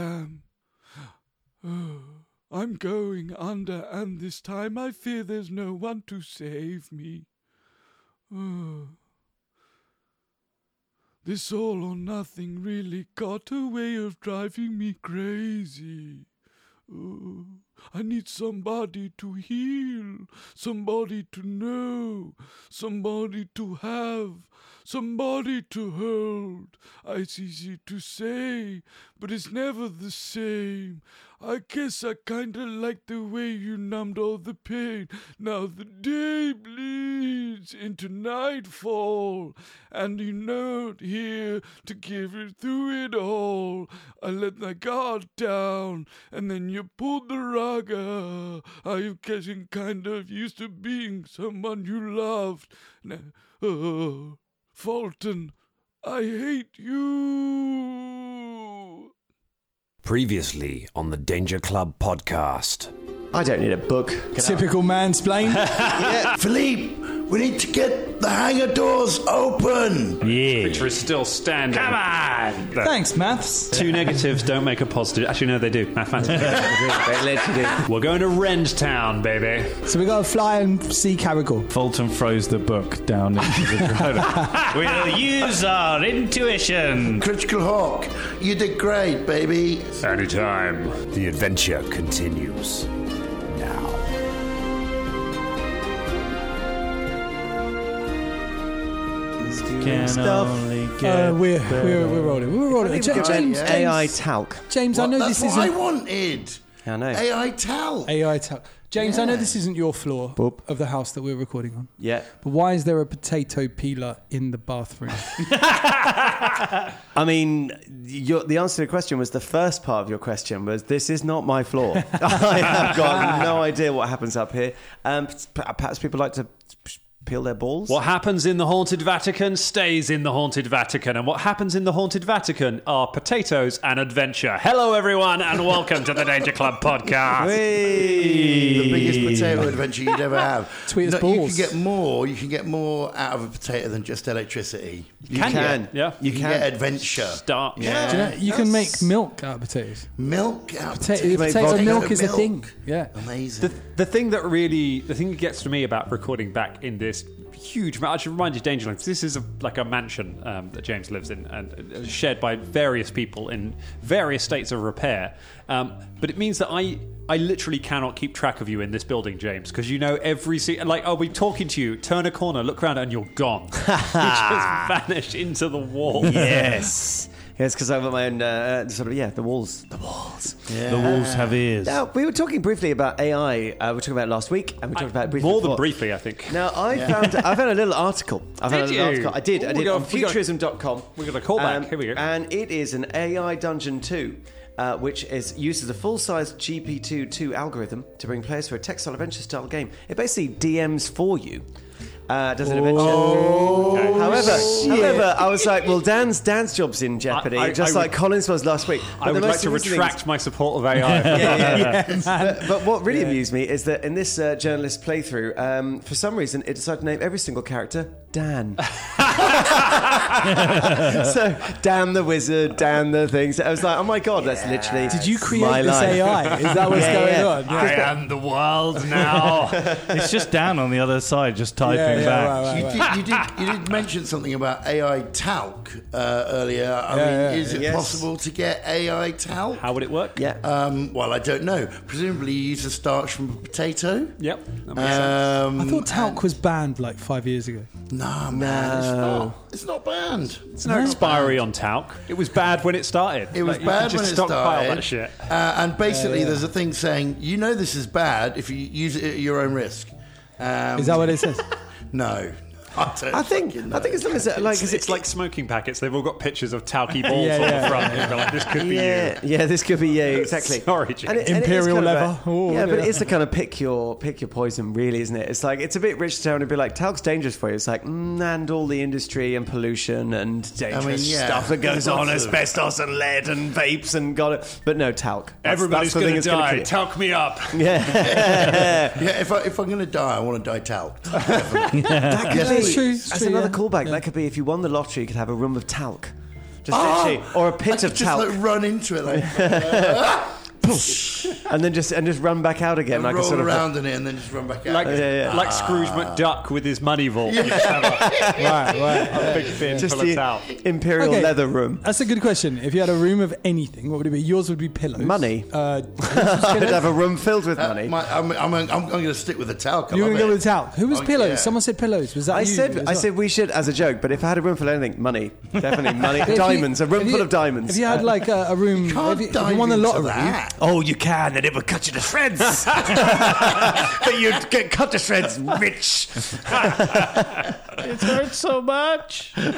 Oh, I'm going under, and this time I fear there's no one to save me. Oh. This all or nothing really got a way of driving me crazy. Oh, I need somebody to heal, somebody to know, somebody to have, somebody to hold. It's easy to say, but it's never the same. I guess I kinda like the way you numbed all the pain. Now the day bleeds into nightfall, and you know it here to give it through it all. I let my guard down, and then you pulled the rug. out. Are you getting kind of used to being someone you loved? Now, oh, Fulton, I hate you. Previously on the Danger Club podcast. I don't need a book. Typical mansplain. Philippe, we need to get the hangar doors open. Which is still standing. Come on! Thanks, maths. Two negatives don't make a positive. Actually, no, they do. Mathematically. We're going to Rend Town, baby. So we got to fly and see Carrigal. Fulton froze the book down into the We'll use our intuition. Critical Hawk, you did great, baby. Anytime. The adventure continues now. Can Stuff. only get Uh, we're, better. we're, we're rolling. We're rolling. Ja- James, James, AI James, talc. James I What? know That's this what I isn't wanted. I know. AI Tal. AI talc. James, I know Yeah. this isn't your floor Boop. of the house that we're recording on. Yeah. But why is there a potato peeler in the bathroom? I mean, your, the answer to the question was the first part of your question was this is not my floor. I have got no idea what happens up here. Um, p- perhaps people like to peel their balls. What happens in the Haunted Vatican stays in the Haunted Vatican. And what happens in the Haunted Vatican are potatoes and adventure. Hello, everyone, and welcome to the Danger Club podcast. the biggest potato adventure you'd ever have. Tweet us You balls. can get more. You can get more out of a potato than just electricity. You You can. Yeah. You can, can. get adventure. Start. Do you know, you can make milk out of potatoes. Milk out of Potato, potato. potato vodka. milk is a Milk. thing. Yeah. Amazing. The thing that really, the thing that gets to me about recording back in this huge, ma- I should remind you, Dangerland, 'cause this is a, like a mansion um, that James lives in and uh, shared by various people in various states of repair. Um, but it means that I, I literally cannot keep track of you in this building, James, because you know every, se- like, I'll be talking to you, turn a corner, look around, and you're gone. you just vanish into the wall. Yes. Yes, because I've got my own, uh, sort of, yeah, the walls. The walls. The walls have ears. Now, we were talking briefly about AI. Uh, we were talking about it last week, and we talked about it briefly. More than before. briefly, I think. Now, I found I found a little article. I found Did a little you? article. I did. Oh, I we did got- on we got- futurism.com. we got a callback. Here we go. Um, And it is an AI Dungeon 2, uh, which is uses a full size GP2 2 algorithm to bring players through a textile adventure style game. It basically DMs for you. Uh, does an adventure. Oh, However, however, I was like, well, Dan's Dan's job's in jeopardy, I- I just would- like Collins was last week. I But the would like most to amusing thing is- retract my support of AI. yeah, yeah. but, but what really amused me is that in this uh, journalist playthrough, um, for some reason, it decided to name every single character Dan. so Dan the wizard, Dan the thing. So I was like, oh my god, that's literally. Did you create my this life. AI? Is that what's Yeah, going yeah. on? Yeah. I am the world now. it's just Dan on the other side, just typing Yeah, yeah, back. right, right, You right. did, you, did, you did mention something about AI talc uh, earlier. I mean, yeah, is it yes. possible to get AI talc? How would it work? Yeah. Um, well, I don't know. Presumably, you use the starch from a potato. Yep. Uh, That makes sense. Um, I thought talc was banned like five years ago. nah, man, it's not. It's not banned. It's no expiry on talc. It was bad when it started. It was Like, you bad could just when it stockpile started. that shit. Uh, and basically, there's a thing saying you know this is bad if you use it at your own risk. Um, Is that what it says? No, I don't. I think. fucking I think know. as long as it, like, 'cause It's like smoking packets. They've all got pictures of talky balls Yeah, on yeah, the front. You've got like, this could be Yeah, yeah, this could be yeah, exactly. Sorry, Jim. it- it is Imperial kind of a- leather. Oh, yeah, but yeah. it's the kind of pick your pick your poison, really, isn't it? It's like it's a bit rich town to be like talc's dangerous for you. It's like mm, and all the industry and pollution and dangerous yeah. stuff that goes on, Lots of- asbestos and lead and vapes and got it. But no talc. you. That's- that's Everybody's the thing that's gonna gonna die. kill you. Talk me up. Yeah, if, I, if I'm going to die, I want to die talc. That could Yeah, be- it's true, it's That's true, another yeah. callback. That could be if you won the lottery, you could have a room of talc, just literally, or a I pit could of just talc. like run into it like. and then just and just run back out again, And like a roll sort of around in it and then just run back out. Like, yeah, yeah. like Scrooge McDuck with his money vault. right, right. a big bin just full of towel. the imperial Okay. leather room. That's a good question. If you had a room of anything, what would it be? Yours would be pillows. Money. Uh, I'd have a room filled with Uh, money. my- I'm, I'm, I'm, I'm going to stick with the talc. I you were going to love go it. with talc. Who was Oh, pillows? yeah. Someone said pillows. Was that I you said as I well? said we should as a joke, but if I had a room full of anything, money definitely money, If you- diamonds, a room if full you- of diamonds. Uh, If you had like a, a room, Can't if, you, if dive you won the into lottery, that. Oh, you can, and it will cut you to shreds. but you'd get cut to shreds rich. It hurts so much. well,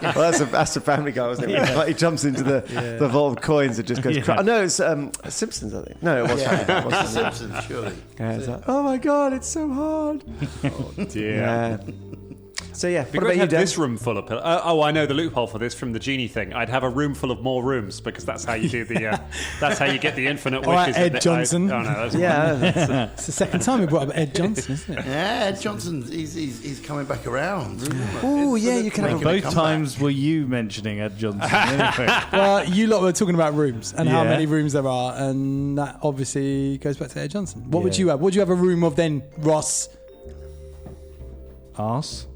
that's a, that's a Family Guy, wasn't it? Like, he jumps into the, the vault of coins and just goes. cra- Oh, no, it's um, Simpsons, I think. No, it was Family Guy. It was It's Family Guy. The Simpsons, surely. Yeah, it's like, oh my god, it's so hard. Yeah. So yeah, Be what great about to you, have Dan? this room full of pillows. Uh, oh, I know the loophole for this from the genie thing. I'd have a room full of more rooms because that's how you do the. Uh, that's how you get the infinite wishes. All right, and Ed the- I- Johnson. oh, no, that's Yeah, that's- it's the second time we brought up Ed Johnson, isn't it? Yeah, Ed Johnson, he's, he's, he's coming back around. Ooh, It's yeah, sort of you can have making Both comeback. times were you mentioning Ed Johnson. Anyway. Well, you lot were talking about rooms and how Yeah. many rooms there are, and that obviously goes back to Ed Johnson. What would Yeah. you have? Would you have a room of then, Ross? Arse.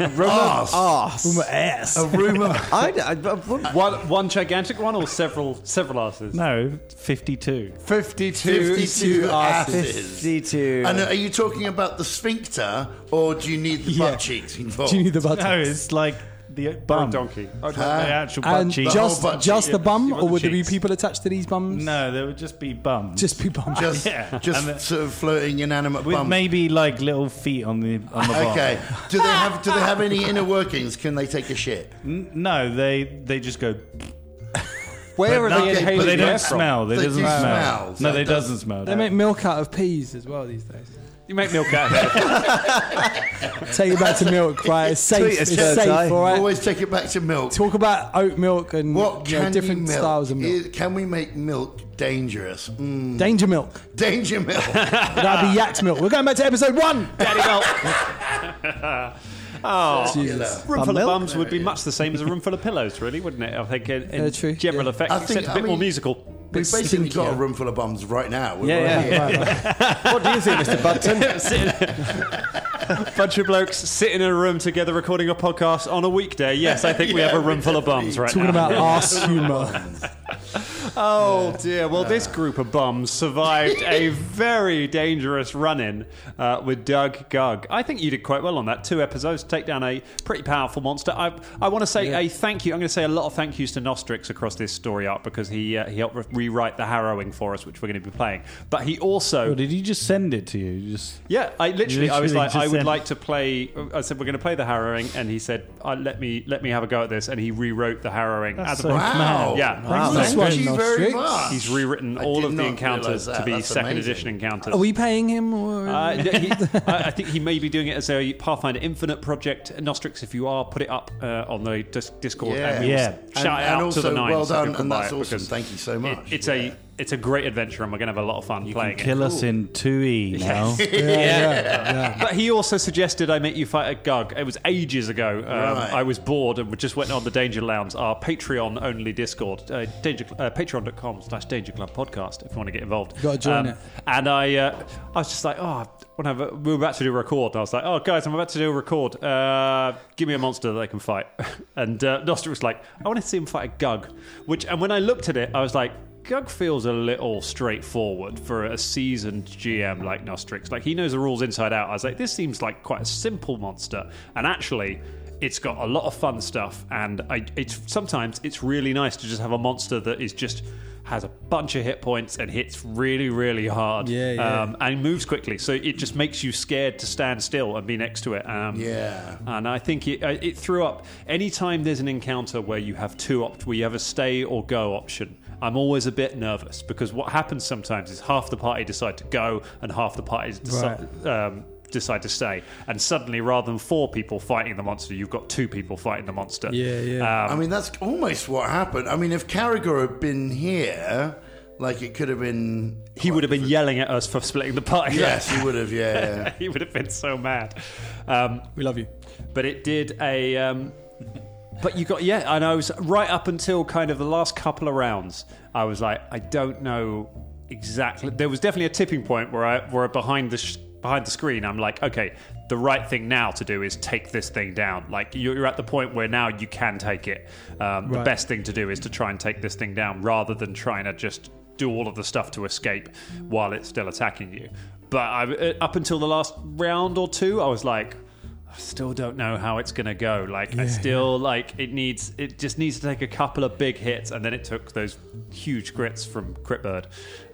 Arse. Room of ass. A rumor. I'd, I'd, I'd, the- one, one gigantic one or several several asses. No, 52. 52, 52 asses. 52. And are you talking about the sphincter or do you need the Yeah. butt cheeks involved? Do you need the buttons? No, it's like the Or a bum. donkey. Oh, The actual butt and cheeks. just whole butt just cheek. the bum, You want or the would there be cheeks. people attached to these bums? No, there would just be bum. just be bums. Just, Yeah. just And the- sort of floating inanimate with bum. maybe like little feet on the on the bottom. Okay. Do they have do they have any inner workings? Can they take a shit? N- No, they they just go. Where are No, they inhaling but they don't breath from? smell. They, They doesn't do smell. smell, so No, they it doesn't smell. They make milk out of peas as well these days. You make milk out of it. Take it back to milk, right? It's safe. Tweet us, It's guys, safe, eh? all right? Always take it back to milk. Talk about oat milk and What you can know, you different milk? styles of milk. Is- Can we make milk dangerous? Mm, Danger milk. Danger milk. That'd be yak milk. We're going back to episode one. Daddy milk. Oh, Jesus. room Bum full milk? of bums would be much the same as a room full of pillows, really, wouldn't it? I think in, in Yeah, true. general Yeah. effect, I think- except a I bit more mean- musical. We've basically got a room full of bums right now. We're Yeah, right yeah. here. what do you think, Mr. Button? Bunch of blokes sit in a room together recording a podcast on a weekday. Yes, I think we have a room full of bums right Talking now. about arse humour. Oh dear! Well, this group of bums survived a very dangerous run-in uh, with Doug Gug. I think you did quite well on that. Two episodes to take down a pretty powerful monster. I, I want to say a thank you. I'm going to say a lot of thank yous to Nostrix across this story arc because he uh, he helped re- rewrite the harrowing for us, which we're going to be playing. But he also Or did he just send it to you? You Just yeah, I literally, I was Literally like, just I said- would like to play. I said we're going to play the harrowing, and he said, uh, let me let me have a go at this, and he rewrote the harrowing as a so project. Wow. Yeah. Wow. Thanks, Thank Nice you one, very Nostrix. much. He's rewritten I all did of the not encounters realise that. to be That's second amazing. edition encounters. Are we paying him? Or Uh, he, I I think he may be doing it as a Pathfinder Infinite project. Nostrix, if you are, put it up uh, on the dis- Discord. Yeah. and we'll Yeah. s- Shout And- it and out to the also, nine. well so people done, can and buy that's it awesome. because Thank you so it- much. it's a it's a great adventure, and we're going to have a lot of fun playing it. kill us in E, 2E now. But he also suggested I make you fight a Gug. It was ages ago. Um, Right. I was bored and just went on the Danger Lounge, our Patreon only Discord, uh, danger, uh, patreon.com slash Danger Club podcast if you want to get involved. Um, Gotta join it. And I, uh, I was just like, oh, when I, we were about to do a record, and I was like, oh, guys, I'm about to do a record. Uh, give me a monster that they can fight. and uh, Nostra was like, I want to see him fight a Gug. Which, and when I looked at it, I was like, Gug feels a little straightforward for a seasoned GM like Nostrix. Like he knows the rules inside out. I was like, this seems like quite a simple monster, and actually, it's got a lot of fun stuff. And I, it's sometimes it's really nice to just have a monster that is just has a bunch of hit points and hits really, really hard. Yeah, yeah. Um, and moves quickly, so it just makes you scared to stand still and be next to it. Um, Yeah. and I think it, uh, it threw up. Anytime there's an encounter where you have two opt, where you have a stay or go option, I'm always a bit nervous because what happens sometimes is half the party decide to go and half the party deci- um, decide to stay, and suddenly rather than four people fighting the monster, you've got two people fighting the monster. Yeah, yeah. I mean, that's almost what happened. I mean, if Carragher had been here, like it could have been. He would have been yelling at us for splitting the party. Yes, he would have. Yeah. he would have been so mad. Um, we love you. but it did a um, But you got yeah, and I was right up until kind of the last couple of rounds. I was like, I don't know exactly. There was definitely a tipping point where I where behind the sh- behind the screen, I'm like, okay, the right thing now to do is take this thing down. Like you're you're at the point where now you can take it. Um, The Right. best thing to do is to try and take this thing down rather than trying to just do all of the stuff to escape while it's still attacking you. But I, uh, up until the last round or two, I was like, I still don't know how it's going to go. Like, I still like it needs it just needs to take a couple of big hits, and then it took those huge grits from Critbird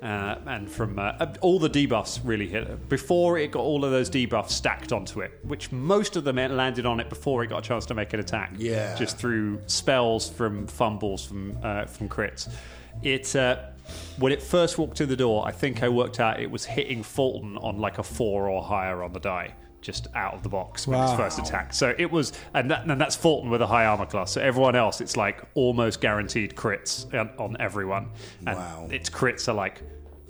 uh, and from uh, all the debuffs really hit before it got all of those debuffs stacked onto it, which most of them landed on it before it got a chance to make an attack. Yeah. just through spells from fumbles from uh, from crits. It uh, when it first walked through the door, I think I worked out it was hitting Fulton on like a four or higher on the die, just out of the box when Wow. its first attack. So it was, and, that, and that's Fulton with a high armor class. So everyone else, it's like almost guaranteed crits on- on everyone. And Wow. Its crits are like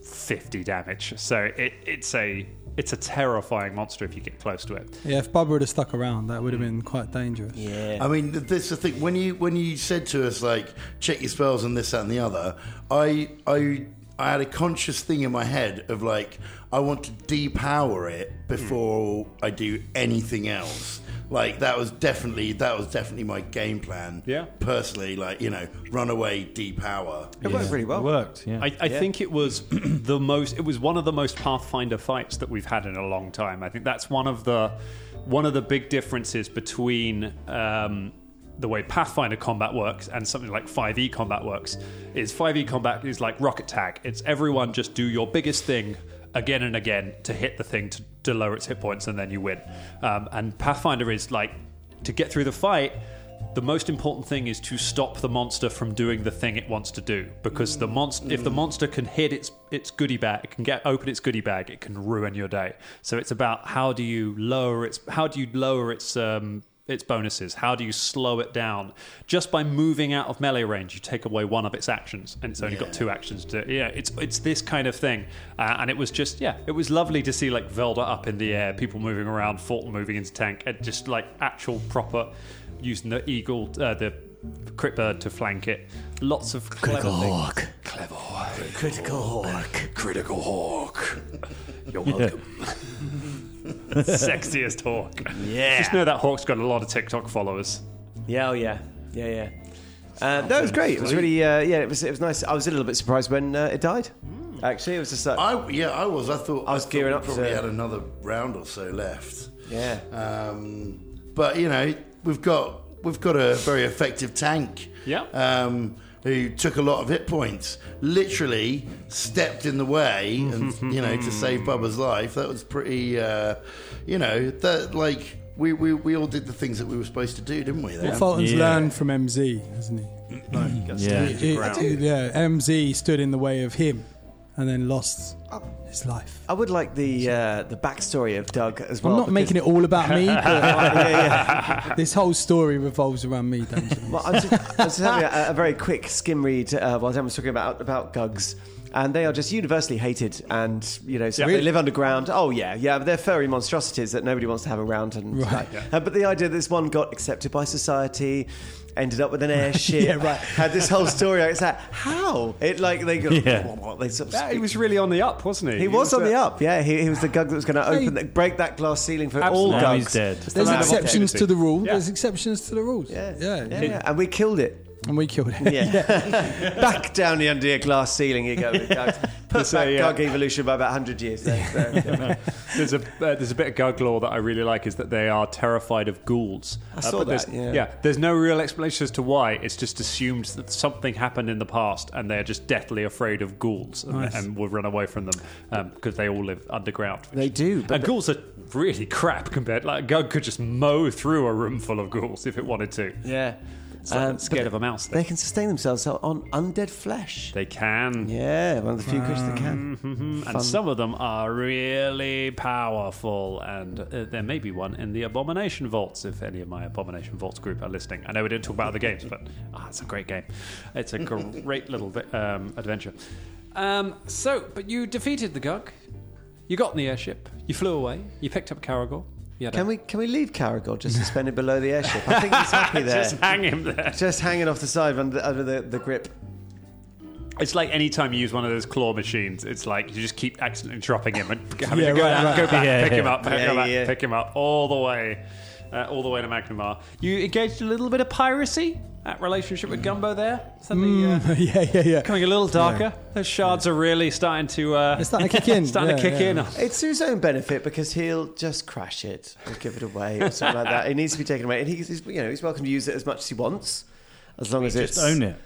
fifty damage. So it, it's a it's a terrifying monster if you get close to it. Yeah, if Bubba would have stuck around, that would have been quite dangerous. Yeah. I mean, th- that's the thing. When you when you said to us like check your spells and this that and the other, I I I had a conscious thing in my head of like I want to depower it before I do anything else. Like that was definitely that was definitely my game plan. Yeah. personally, like you know, run away, depower. It worked really well. It worked, yeah. I, I think it was the most. It was one of the most Pathfinder fights that we've had in a long time. I think that's one of the one of the big differences between um, the way Pathfinder combat works and something like 5e combat works. Is 5e combat is like rocket tag. It's everyone just do your biggest thing again and again to hit the thing to, to lower its hit points, and then you win. Um, and Pathfinder is like to get through the fight the most important thing is to stop the monster from doing the thing it wants to do because the monster if the monster can hit its its goodie bag it can get open its goodie bag it can ruin your day so it's about how do you lower its how do you lower its um its bonuses how do you slow it down just by moving out of melee range you take away one of its actions and it's only got two actions to yeah it's it's this kind of thing uh, and it was just yeah it was lovely to see like Velda up in the air people moving around Fulton moving into tank and just like actual proper using the eagle, uh, the crit bird to flank it. Lots of clever things. Hawk. Clever Hawk. Critical Hawk. Critical Hawk. You're welcome. Sexiest hawk. Yeah. Just know that hawk's got a lot of TikTok followers. Yeah, oh yeah, yeah, yeah. Uh, that was great. It was really, uh, yeah, it was, it was nice. I was a little bit surprised when uh, it died. Actually, it was just like, I yeah, I was. I thought I was thought gearing we up to- Probably had another round or so left. yeah, Um, but you know, we've got we've got a very effective tank. Yeah. Um, who took a lot of hit points, literally stepped in the way, and you know, to save Bubba's life. That was pretty. Uh, you know, that like we, we we all did the things that we were supposed to do, didn't we? There. Fulton's Yeah. learned from MZ, hasn't he? yeah. It- yeah, MZ stood in the way of him and then lost his life. I would like the uh, the backstory of Doug as I'm well. not making it all about me, but yeah, yeah. this whole story revolves around me, Dungeon. Well, I was just, I was just having a, a very quick skim read uh, while Dan was talking about about Gugs. And they are just universally hated, and you know, so Yeah. they live underground. Oh yeah, yeah, they're furry monstrosities that nobody wants to have around. And Right. like- uh, but the idea that this one got accepted by society, ended up with an airship, Yeah, right. had this whole story. It's like how it like they go, they sort of Yeah, he speak- was really on the up, wasn't he? he was on uh, the up. Yeah, he, he was the Gug that was going to open, the, break that glass ceiling for all Absolutely. Now Gugs. he's dead. It's the There's land of exceptions to opportunity. the rule. Yeah. There's exceptions to the rules. Yeah. Yeah. Yeah, yeah. and we killed it. And we killed him. Yeah. Back down the under your glass ceiling you go with Doug. Put There's back a, uh, Doug evolution by about 100 years. There, so. There's a uh, there's a bit of Gug lore that I really like is that they are terrified of ghouls. I saw that, yeah. there's no real explanation as to why. It's just assumed that something happened in the past and they're just deathly afraid of ghouls and, and will run away from them because they all live underground. which- They do, but and ghouls are really crap compared. Like Gug could just mow through a room full of ghouls if it wanted to. yeah. Um, It's like scared of a mouse. They Thing. can sustain themselves on undead flesh. Mm. They can. Yeah, one of the few creatures that can. And some of them are really powerful, and uh, there may be one in the Abomination Vaults if any of my Abomination Vaults group are listening. I know we didn't talk about other games, but ah, it's a great game. It's a great little vi- um, adventure. Um, so, but you defeated the Gug, you got in the airship, you flew away, you picked up Caragor, Yeah, Can we can we leave Caragod just suspended below the airship? I think he's happy there. Just just, hang him there. hanging off the side under, under the, the grip. It's like any time you use one of those claw machines, it's like you just keep accidentally dropping him and having Yeah, to go, right, down, right. go back, Yeah, pick yeah. him up, pick Yeah, him up, yeah. pick him up all the way, uh, all the way to Magnamar. You engaged a little bit of piracy. That relationship with Gumbo there suddenly uh, yeah, yeah, yeah. becoming a little darker. Those shards are really starting to uh, It's starting to kick in. starting to Yeah, kick yeah. in. It's to his own benefit because he'll just crash it or give it away or something like that. It needs to be taken away, and he's, he's you know he's welcome to use it as much as he wants, as long as Just it's own it.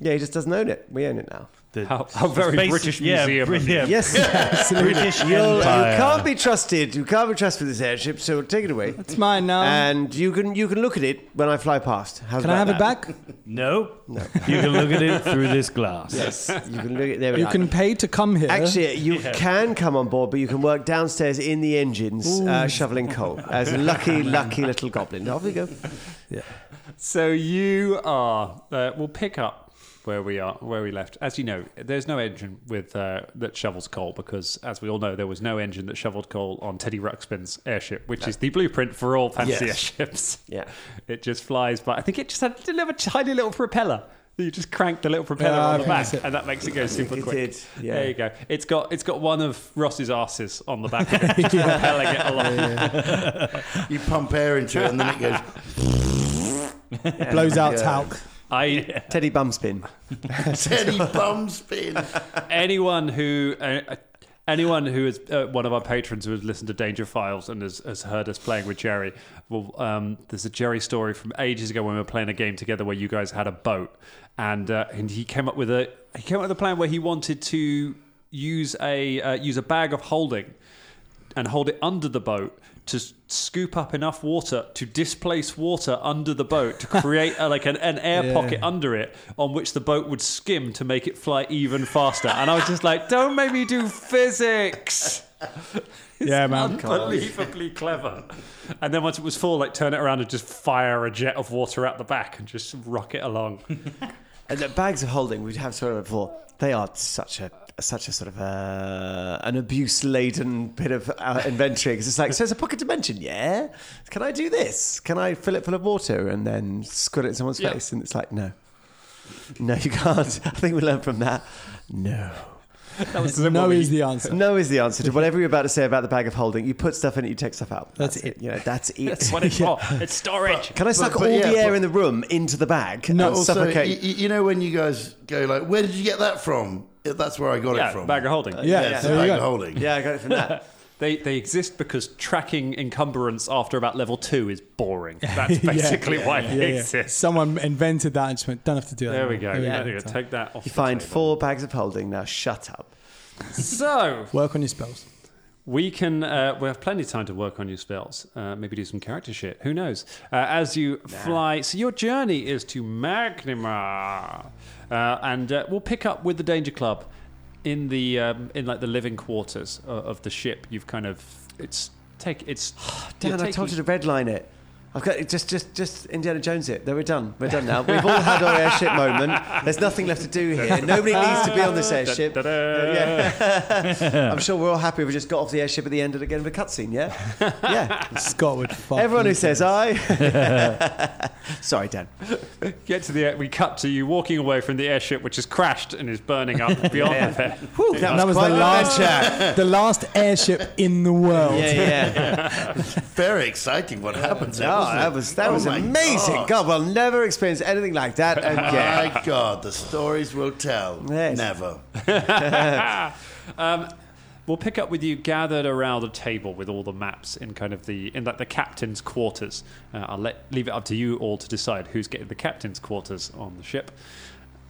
Yeah, he just doesn't own it. We own it now. The- How, how very Basic- British yeah, museum. Br- of yeah, Yes, absolutely. British You'll- you Empire. can't be trusted. You can't be trusted with this airship, so take it away. It's mine now. And you can you can look at it when I fly past. How's Can I about have it that? back? No, no. you can look at it through this glass. Yes, you can look at there. we You are. can pay to come here. Actually, you can come on board, but you can work downstairs in the engines uh, shoveling coal as a lucky, lucky little goblin. Off we go. So you are. Uh, we'll pick up where we are, where we left. As you know, there's no engine with uh, that shovels coal because, as we all know, there was no engine that shoveled coal on Teddy Ruxpin's airship, which is the blueprint for all fancy Yes. airships. Yeah. it just flies by. I think it just had a little tiny little propeller. that You just crank the little propeller Ah, on the okay, back, that's it. and that makes it go super it quick. did, yeah. There you go. It's got it's got one of Ross's asses on the back, of it, just propelling it along. You pump air into it and then it goes. blows out Yeah. talc. I Teddy Bumspin. Teddy bum spin. anyone who uh, anyone who is uh, one of our patrons who has listened to Danger Files and has, has heard us playing with Jerry, well, um, there's a Jerry story from ages ago when we were playing a game together where you guys had a boat, and uh, and he came up with a he came up with a plan where he wanted to use a uh, use a bag of holding and hold it under the boat to s- scoop up enough water to displace water under the boat to create a, like an, an air Yeah. pocket under it on which the boat would skim to make it fly even faster and i was just like don't make me do physics Yeah, Oh, man. unbelievably clever and then once it was full like turn it around and just fire a jet of water out the back and just rock it along And the bags of holding we'd have sort of before. They are such a such a sort of uh, an abuse laden bit of uh, inventory because it's like so it's a pocket dimension. Yeah, can I do this? Can I fill it full of water and then squirt it in someone's Yeah. face? And it's like no, no, you can't. I think we learned from that. No. that was No is the answer. No is the answer to whatever you're about to say about the bag of holding. You put stuff in it, you take stuff out. That's it. You know, that's it. that's what it's for it's storage Can I suck but all yeah, the air but- in the room into the bag But and also, y- suffocate? y- you know when you guys go like, "Where did you get that from?" That's where I got yeah it from. bag of holding Yeah, Yeah, it's a there you bag go. of holding. yeah, I got it from that. They, they exist because tracking encumbrance after about level two is boring. That's Yeah. basically why Yeah, they yeah. exist. Someone invented that and just went, don't have to do that. There we go. anymore." There we go. Take that off. You the find table. four bags of holding now. Shut up. So Work on your spells. we can uh, we have plenty of time to work on your spells. Uh, maybe do some character shit. Who knows? Uh, as you fly, so your journey is to Magnimar, uh, and uh, we'll pick up with the Danger Club in the um, in like the living quarters of, of the ship. You've kind of it's take it's. Dan, you're I told you taking- to redline it. I've got just, just, just Indiana Jones it. There, we're done. We're done now. We've all had our airship moment. There's nothing left to do here. Nobody needs to be on this airship. Da- da- da. Yeah. I'm sure we're all happy we just got off the airship at the end of the game of a cutscene. Yeah, yeah. Scott would fuck Everyone you. who says "Oh, I. Sorry, Dan. Get to the air- we cut to you walking away from the airship, which has crashed and is burning up beyond repair. Whew, that, that was the quite an last adventure. the last airship in the world. Yeah, yeah. Very exciting. What happens? there, No, wasn't it? that was that Oh was my amazing. God. we'll never experience anything like that again. My God, the stories we'll tell. Yes. Never. Um, We'll pick up with you gathered around a table with all the maps in kind of the in like the captain's quarters. Uh, I'll let leave it up to you all to decide who's getting the captain's quarters on the ship.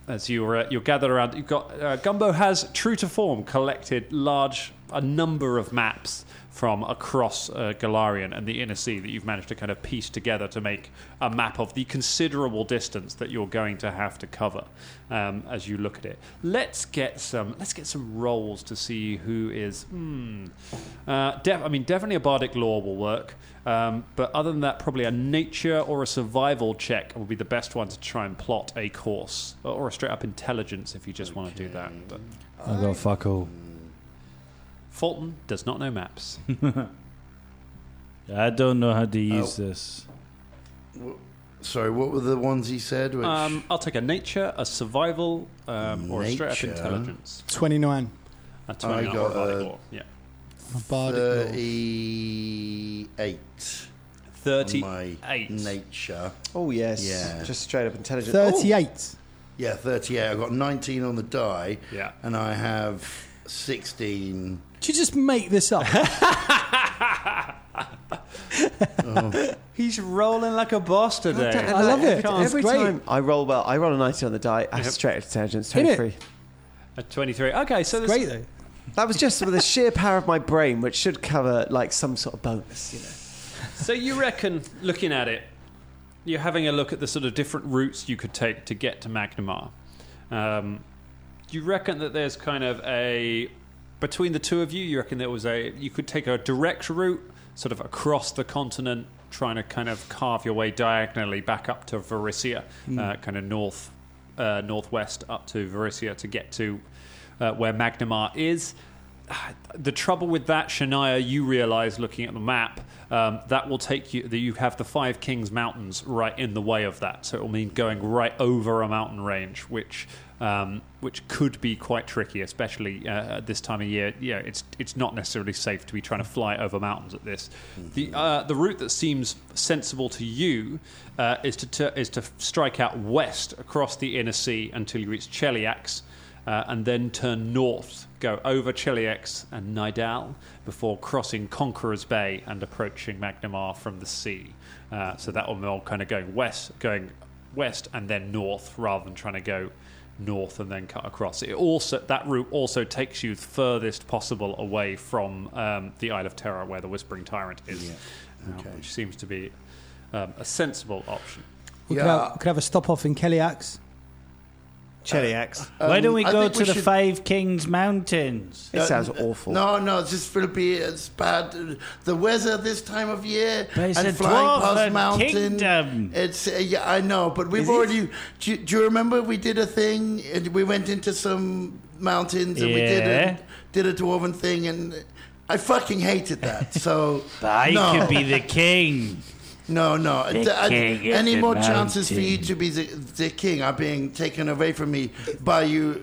As you're uh, you're gathered around, you've got uh, Gumbo has true to form collected large a number of maps from across uh, Galarian and the Inner Sea that you've managed to kind of piece together to make a map of the considerable distance that you're going to have to cover um, as you look at it. Let's get some let's get some rolls to see who is. Hmm, uh, def- I mean, definitely a bardic law will work, um, but other than that, probably a nature or a survival check would be the best one to try and plot a course or, or a straight up intelligence if you just want to do that. But I got fuck all. Fulton does not know maps. I don't know how to Oh. use this. Sorry, what were the ones he said? Which, Um, I'll take a nature, a survival, um, or a straight up Nature. intelligence. 29. A 29 or got a a- or- yeah. A bardic lore. 38. on my 38. nature. Oh yes, Yeah. just straight up intelligent. Oh, 38. Yeah, 38. I've got 19 on the die. Yeah. And I have 16. Did you just make this up? He's rolling like a boss today. and I love every- it. Every, It's great. time I roll well, I roll a 90 on the die. I straight up intelligence, Isn't it? 23. A 23. Okay, so this, Great though. That was just with the sheer power of my brain, which should cover like some sort of bonus, you know. So you reckon, looking at it, you're having a look at the sort of different routes you could take to get to Magnamar. Um, you reckon that there's kind of a between the two of you. You reckon there was a you could take a direct route, sort of across the continent, trying to kind of carve your way diagonally back up to Varisia, uh, kind of north uh, northwest up to Varisia to get to uh, where Magnamar is the trouble with that, Shania, you realize looking at the map, um, that will take you, that you have the Five Kings Mountains right in the way of that. So it will mean going right over a mountain range, which. Um, which could be quite tricky, especially uh, at this time of year. Yeah, it's it's not necessarily safe to be trying to fly over mountains at this. The uh, the route that seems sensible to you uh, is to tur is to strike out west across the inner sea until you reach Cheliax, uh, and then turn north, go over Chiliex and Nidal before crossing Conqueror's Bay and approaching Magnamar from the sea. Uh, so that will be all kind of going west, going west and then north, rather than trying to go north and then cut across. It also that route also takes you furthest possible away from um, the Isle of Terror, where the Whispering Tyrant is, uh, which seems to be um, a sensible option. We could, Yeah. have, could have a stop off in Kellyax. Cherry axe. Why don't we Um, I go think to we the should- Five Kings Mountains? It sounds Uh, awful. No, no, it's just Philippines. It's bad. The weather this time of year But it's a and flying past dwarven mountain. kingdom. It's uh, yeah, I know, but we've it? already. Do you, do you remember we did a thing? And we went into some mountains and we did Yeah. a, did a dwarven thing, and I fucking hated that. So I no, could be the king. no, no. I- I- king of any the more chances for you mountain. to be the, the king are being taken away from me by you,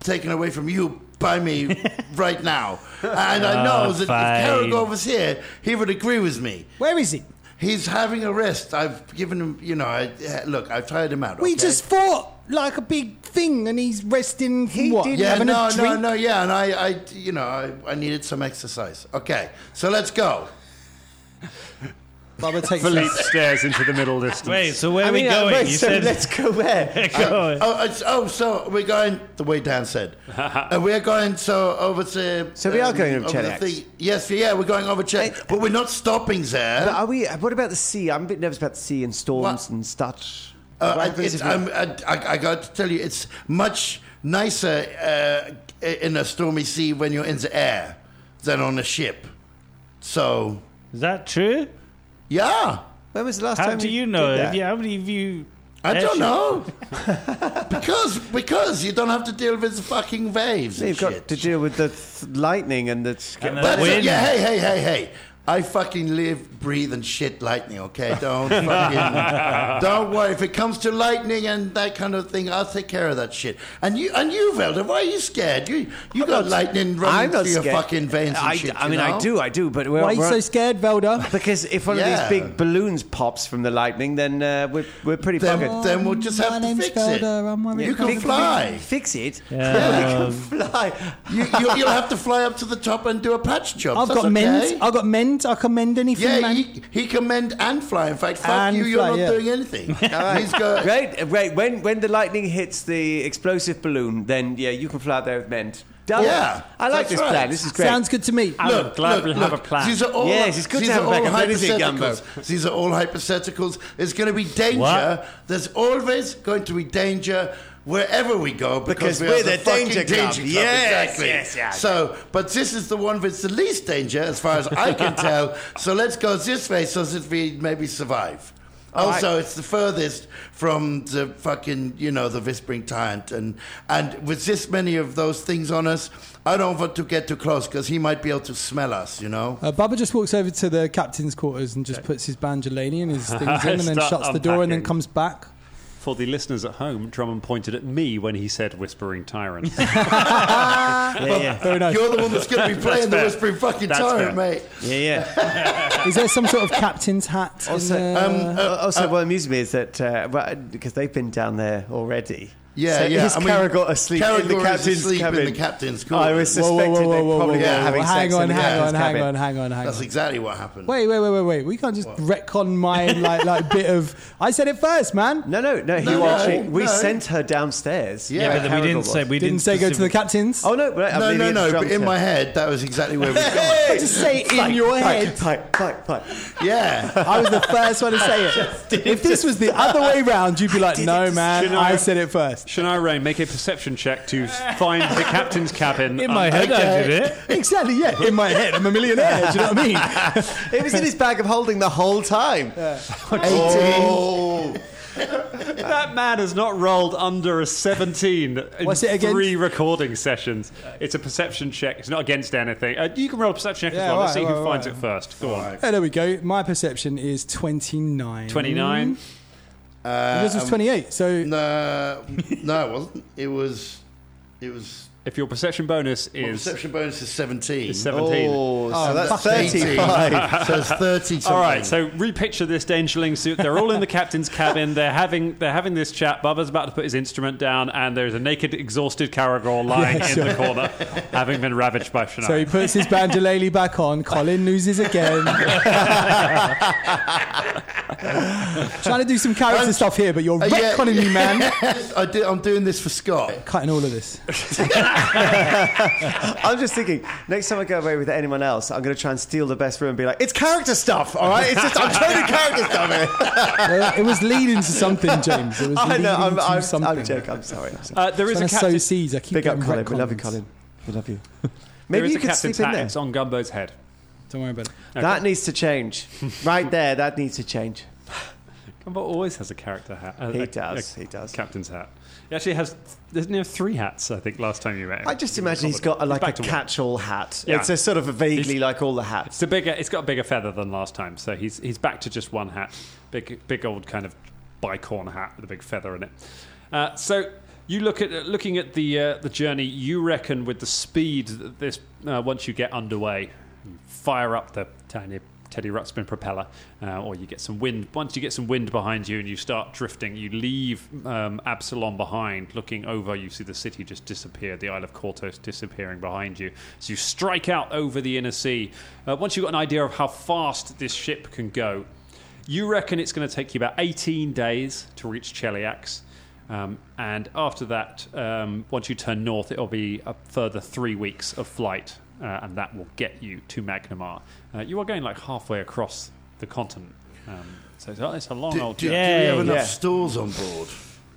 taken away from you by me right now. And I know Oh, that fine. if Caragor was here, he would agree with me. Where is he? He's having a rest. I've given him, you know, I, eh, look, I've tired him out. We okay? just fought like a big thing and he's resting. He what? did- Yeah, having no, a no, drink? no, yeah, and I, I you know, I, I needed some exercise. Okay, so let's go. Baba takes Philippe stares into the middle distance. Wait, so where are we Yeah, going? wait, you so said let's go where? go. Oh, it's, oh, so we're going the way Dan said. uh, we're going so over to. um, So we are going over the Chenex. thing- Yes, yeah, we're going over Chen, but we're not stopping there. But are we? What about the sea? I'm a bit nervous about the sea and storms What? and such. Uh, What I- happens it's- if you- I'm- I, I- I got to tell you, it's much nicer uh, in a stormy sea when you're in the air than on a ship. So is that true? yeah, when was the last How time do you did know? that? Have you, how many of you? I Yes, don't you- know because because you don't have to deal with the fucking waves. You've and got shit. to deal with the th- lightning and the. And the That's it. wind. Yeah, hey, hey, hey, hey. I fucking live, breathe, and shit lightning, okay? Don't fucking. don't worry. If it comes to lightning and that kind of thing, I'll take care of that shit. And you, and you, Velda, why are you scared? You, you got lightning running I'm not through your scared. fucking veins and I, shit. I you mean, I know? do, I do, but we're, Why are you we're- so scared, Velda? because if one Yeah. of these big balloons pops from the lightning, then uh, we're we're pretty Then, buggered. then we'll just have My to name's fix it. Velda, I'm one of you the can company. fly. Fix it. Yeah. you can fly. you, you, you'll have to fly up to the top and do a patch job. I've That's got mends. okay. I've got mends. I can mend anything, Yeah, man. he, he can mend and fly. In fact, fuck And you, you're fly, not yeah. doing anything. He's got, Right, right. When when the lightning hits the explosive balloon, then yeah, you can fly out there with men. Done. Yeah, I like that's this right. plan. This is great. Sounds good to me. I'm glad we have a plan. These are all, Yes, it's good these to have are a backup. all That is it, Gumbo. hypotheticals. These are all hypotheticals. There's going to be danger. What? There's always going to be danger wherever we go because, Because we're we are the danger club. fucking danger club. Yes, exactly. yes, yes. So, but this is the one with the least danger, as far as I can tell. So let's go this way so that we maybe survive. also, it's the furthest from the fucking, you know, the Whispering Giant. And, and with this many of those things on us, I don't want to get too close because he might be able to smell us, you know? Uh, Baba just walks over to the captain's quarters and just puts his banjolani and his things in, and then Start shuts the door, and then unpacking. comes back. For the listeners at home, Drummond pointed at me when he said "whispering tyrant." Yeah, yeah. Very nice. You're the one that's going to be playing the fair. Whispering fucking That's Tyrant, fair. mate. Yeah, yeah. Is there some sort of captain's hat? in Also, there? Um, uh, Uh, also, what amused me is that uh, well, because they've been down there already. Yeah, so yeah. Is I mean, Carragor asleep in the Carragor is captain's asleep in cabin? the captain's I was Whoa, whoa, suspecting whoa, whoa, they whoa, probably whoa, were whoa. having Hang sex on, in the hang captain's on, hang cabin. on, hang on, hang That's on. exactly what happened. Wait, wait, wait, wait, wait. We can't just retcon my like like bit of. I said it first, man. No, no, no. He No, was. no, we no. sent her downstairs. Yeah, Yeah, but then we Carragor didn't was. say we Didn't say go to the specific- captain's. Oh no, but I No, believe no, he no. But drugged in her. my head, that was exactly where we got. I just say it in your head. Pipe, pipe, pipe, pipe. yeah. I was the first one to say it. If this was the other way round, you'd be like, no, man, Should I- I said it first. Shania Rain, make a perception check to find the captain's cabin. Um, In my head, I did it. Exactly, yeah. In my head, I'm a millionaire. Do you know what I mean? It was in his bag of holding the whole time. Oh. That man has not rolled under a 17 in What's it against? three recording sessions. It's a perception check. It's not against anything. Uh, you can roll a perception check as Yeah, well. Let's right, see who right, finds right. it first. Go on. Oh, there we go. My perception is 29. 29. Hmm? Uh, Um, This was 28. So No, no, it wasn't. It was. It was. If your perception bonus my is, Perception bonus is 17. is 17. Oh, so Oh, that's fuck. 35. so it's 30 something. All right, so repicture this Dangerling suit. They're all in the captain's cabin. They're having they're having this chat. Bubba's about to put his instrument down, and there's a naked, exhausted Caragor lying Yeah, in the corner, having been ravaged by Shania. so he puts his banjolele back on. Colin loses again. Trying to do some character stuff here, but you're Uh, yeah. retconning me, man. I did, I'm doing this for Scott. Cutting all of this. I'm just thinking, next time I go away with anyone else, I'm going to try and steal the best room and be like, it's character stuff, all right? It's just, I'm trying to character stuff here. Well, Uh, it was leading to something, James. It was I leading know, I'm, to I'm, something. I'm joking, I'm sorry. I'm sorry. uh, there is Trying a to sow captain. seeds. I keep Big up getting Colin, we love you, retcons. Colin. We love you. there Maybe is you a could captain's sleep in hat. there. It's on Gumbo's head. Don't worry about it. That needs to change. Right there, that needs to change. Gumbo always has a character hat. A- He a- does, a he does. Captain's hat. He actually has. Doesn't he have three hats? I think last time you met him. I just imagine he's got a, like a back to work. catch-all hat. Yeah. It's a sort of a vaguely He's- like all the hats. It's a bigger. It's got a bigger feather than last time, so he's he's back to just one hat, big big old kind of bicorn hat with a big feather in it. Uh, so you look at looking at the uh, the journey. You reckon with the speed that this uh, once you get underway, you fire up the tiny Teddy Ruxpin propeller, uh, or you get some wind. Once you get some wind behind you and you start drifting, you leave um, Absalom behind. Looking over, you see the city just disappear, the Isle of Cortos disappearing behind you. So you strike out over the inner sea. Uh, once you've got an idea of how fast this ship can go, you reckon it's going to take you about 18 days to reach Cheliax. Um, and after that, um, once you turn north, it'll be a further three weeks of flight, uh, and that will get you to Magnamar. Uh, you are going like halfway across the continent, um, so it's, it's a long Do, old do- do journey. we have enough yeah. stores on board?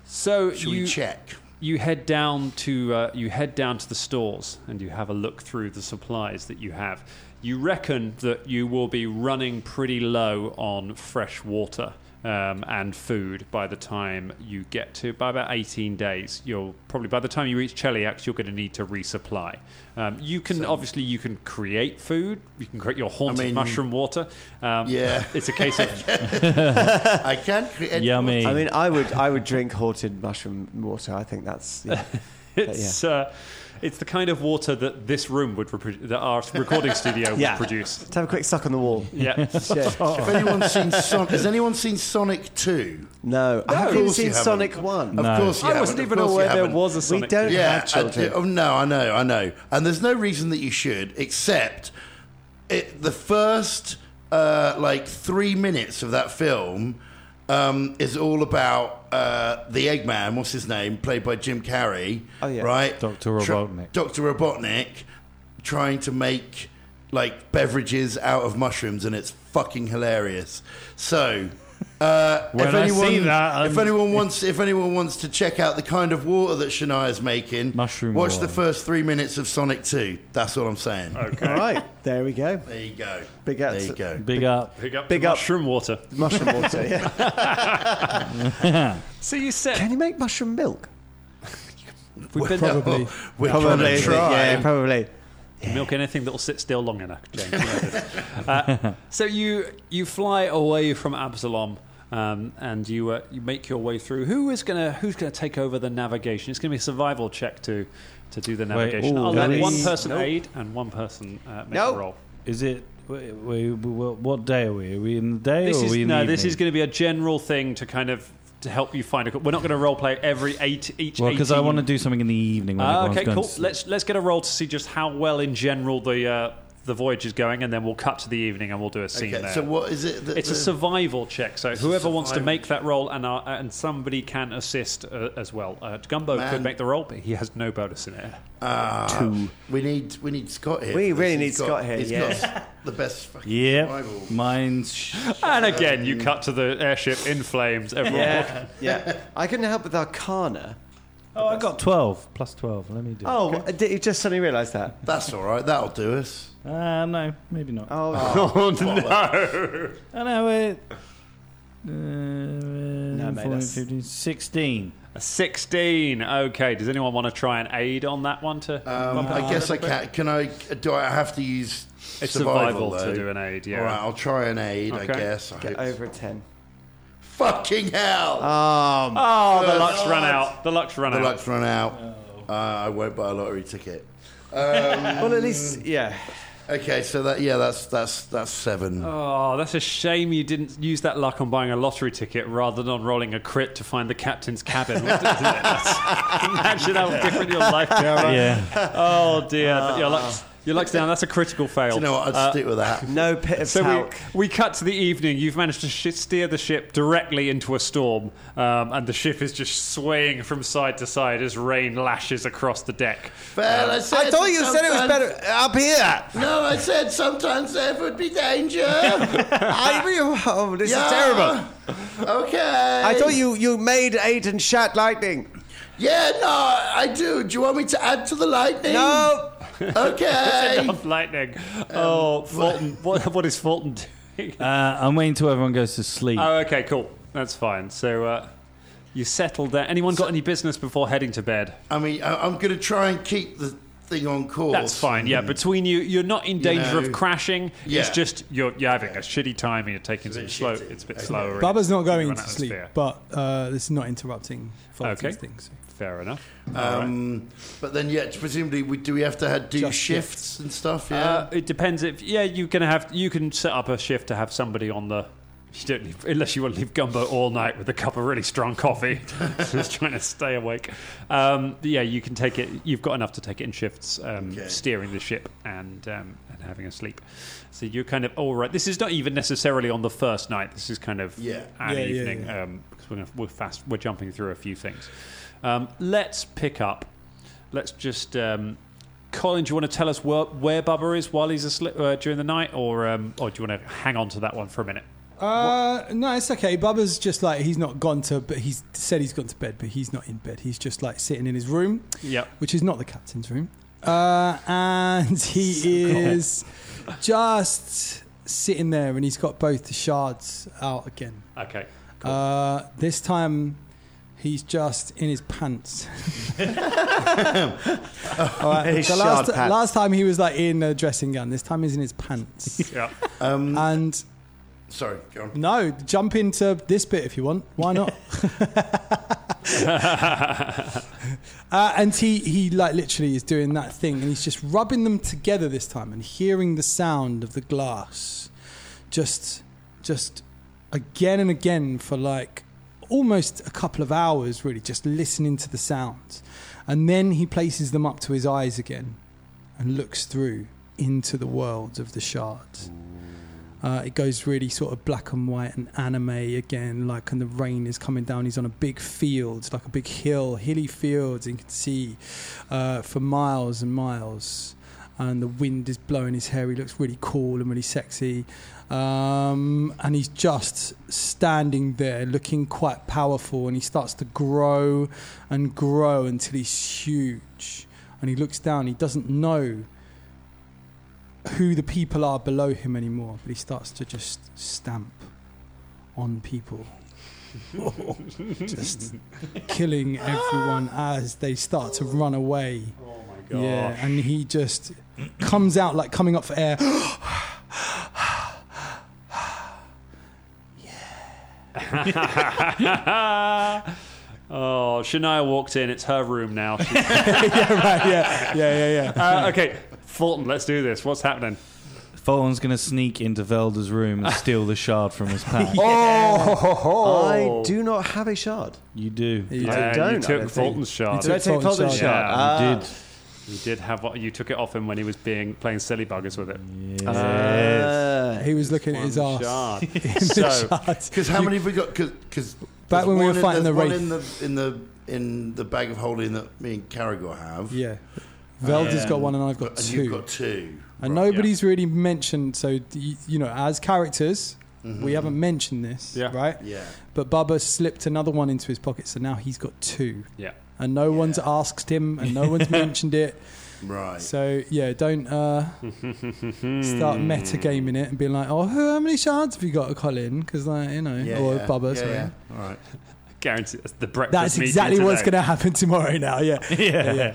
So Should you we check? you head down to uh, you head down to the stores and you have a look through the supplies that you have. You reckon that you will be running pretty low on fresh water um, and food by the time you get to by about 18 days. You'll probably by the time you reach Cheliax, you're going to need to resupply. Um, you can obviously you can create food. You can create your haunted mean- mushroom water. Um, Yeah. it's a case of I can create. Yummy. I mean, I would, I would drink haunted mushroom water. I think that's... Yeah. It's uh, it's the kind of water that this room would repro- that our recording studio would Yeah. produce. Let's have a quick suck on the wall. Yeah. Yeah. If anyone's seen Son- has anyone seen Sonic 2? No, I Of haven't course you seen haven't. Sonic 1. Of course you I wasn't haven't. Of even course you aware there haven't. was a Sonic. We don't two. Yeah, have I children. do- oh, no, I know, I know. And there's no reason that you should, except it, the first uh, like three minutes of that film um, is all about uh, the Eggman. What's his name? Played by Jim Carrey. Oh, yeah. right. Dr. Robotnik. Doctor Robotnik trying to make like beverages out of mushrooms, and it's fucking hilarious. So. Uh, When if I anyone, see um, that, um, if I'm- anyone wants, if anyone wants to check out the kind of water that Shania's making, Mushroom watch water. the first three minutes of Sonic Two. That's all I'm saying. Okay. All right, there we go. There you go. Big there ups. you go. Big up. Big up, Big Big up. mushroom water. Mushroom water. Yeah. So you said Can you make mushroom milk? we've been Probably. We're gonna try. Yeah, probably. milk anything that'll sit still long enough, James. You know this. uh, so you you fly away from Absalom. Um, and you uh, you make your way through. Who is gonna Who's gonna take over the navigation? It's gonna be a survival check to to do the navigation. ooh, I'll let that one is- person Nope. aid and one person uh, make Nope. a roll. Is it? Wait, wait, wh- what day are we? Are we in the day This or are is, we in no, the this is evening? going to be a general thing to kind of to help you find a. We're not going to role play every eight each. Well, because I 18 want to do something in the evening. When Ah, everyone's okay, going cool. to sleep. Let's let's get a roll to see just how well in general the uh, the voyage is going, and then we'll cut to the evening and we'll do a scene Okay, there. so what is it? That it's a the- survival check, so whoever wants to survival make that roll and uh, and somebody can assist uh, as well. Uh, Gumbo could Man. make the roll, but he has no bonus in it. Ah, We need we need Scott here. We for this. really need He's got- Scott here, he's yeah. got the best fucking Yeah, survival. mine's. Sh- And again, you cut to the airship in flames. Everyone, Yeah, yeah. I couldn't help with Arcana. oh, I got twelve plus twelve. Let me do. Oh, did you just suddenly realise that? That's all right. That'll do us. uh, no, maybe not. Ah, Oh, I know it. Uh, mate, 14, that's- 15, 16. sixteen. Okay, does anyone want to try and aid on that one? To Um, I guess I can. Can I? Do I have to use it's survival, survival, to though? do an aid. Yeah. All right, I'll try an aid. I Okay. guess. I get hope- over a ten. Fucking hell! Um, Oh, the Good luck's God. run out. The luck's run the out. luck's run out. Uh, I won't buy a lottery ticket. well, at least yeah. Okay, so that yeah, that's that's that's seven. Oh, that's a shame you didn't use that luck on buying a lottery ticket rather than on rolling a crit to find the captain's cabin. Isn't it? That's- Imagine how different your life would be. Yeah. Oh, dear. your, luck's, your luck's down. That's a critical fail. Ah. you know what? I'd stick with that. No pit of So talc. we, we cut to the evening. You've managed to sh- steer the ship directly into a storm, um, and the ship is just swaying from side to side as rain lashes across the deck. Well, I, said sometimes- up here. No, I said sometimes there would be danger. I re- oh, this Yeah. Okay. I thought you you made Aiden shat lightning. Yeah, no, I do. Do you want me to add to the lightning? No, Okay. Of lightning. oh, Fulton. what, what is Fulton doing? Uh, I'm waiting till everyone goes to sleep. Oh, okay, cool. That's fine. So uh, you settled there. Anyone got any business before heading to bed? I mean, I, I'm going to try and keep the thing on course. That's fine. Yeah, between Mm. you, you're not in danger know. of crashing. Yeah. It's just you're, you're having a shitty time and you're taking some slow. shitty. It's a bit slower. Bubba's not going Everyone to out of sleep, sphere. but uh, this is not interrupting Fulton's Okay. things. Fair enough. Um, But then, yeah, presumably, we, do we have to have, do Just shifts shifts. and stuff? Yeah. Uh, it depends if yeah you can have you can set up a shift to have somebody on the. You don't leave, unless you want to leave Gumbo all night with a cup of really strong coffee, just trying to stay awake. Um, yeah, you can take it. You've got enough to take it in shifts, um, Okay. steering the ship and um, and having a sleep. So you're kind of all right. This is not even necessarily on the first night. This is kind of Yeah. an Yeah, yeah, evening yeah. Um, because we're, gonna, we're fast. We're jumping through a few things. Um, let's pick up. Let's just. Um, Colin, do you want to tell us where, where Bubba is while he's asleep uh, during the night, or um, or do you want to hang on to that one for a minute? Uh, no, it's okay. Bubba's just like he's not gone to, but he's said he's gone to bed, but he's not in bed. He's just like sitting in his room, Yep. which is not the captain's room, uh, and he is just sitting there, and he's got both the shards out again. Okay. Uh, this time, he's just in his pants. All right, His the last, shard pants. last time he was like in a dressing gown. This time he's in his pants. Yeah. and Sorry, go on. no, jump into this bit if you want. Why not? uh, and he, he like literally is doing that thing, and he's just rubbing them together this time, and hearing the sound of the glass, just just again and again for like almost a couple of hours, really, just listening to the sounds, and then he places them up to his eyes again, and looks through into the world of the shards. Uh, it goes really sort of black and white and anime again, like, and the rain is coming down. He's on a big field, like a big hill, hilly fields, and you can see uh, for miles and miles. and the wind is blowing his hair. He looks really cool and really sexy. Um, and he's just standing there looking quite powerful. And he starts to grow and grow until he's huge. And he looks down, he doesn't know who the people are below him anymore, but he starts to just stamp on people. just killing everyone as they start to run away. Oh my god. Yeah, and he just comes out like coming up for air. yeah. Oh, Shania walked in. It's her room now. She- yeah, right, yeah. Yeah, yeah, yeah. uh, okay, Fulton, let's do this. What's happening? Fulton's going to sneak into Velda's room and steal the shard from his pack. I do not have a shard. You do. You Uh, you don't. I don't took think. Fulton's shard. Did You I take Fulton's Fulton's shard? shard. Yeah, Ah. You did. You did have what you took it off him when he was being playing silly buggers with it. Ah. Uh, He was looking at his One ass. shard. In the So- shards. Because how many have we got? Because Back when we were fighting the one Wraith. in the in the in the bag of holding that me and Carragor have. Yeah. Velda's got one and I've got and two. you've got two. And nobody's really mentioned. So d- you, you know, as characters, we haven't mentioned this, Yeah. right? Yeah. But Bubba slipped another one into his pocket, so now he's got two, Yeah. and no one's asked him, and no one's mentioned it. Right. So yeah, don't uh, start metagaming it and being like, "Oh, how many shards have you got, Colin?" Because like you know, yeah, or yeah. Bubba. Yeah, sorry. yeah. All right. Guarantee that's the breakfast. That's exactly what's going to to happen tomorrow. Now, yeah, Yeah.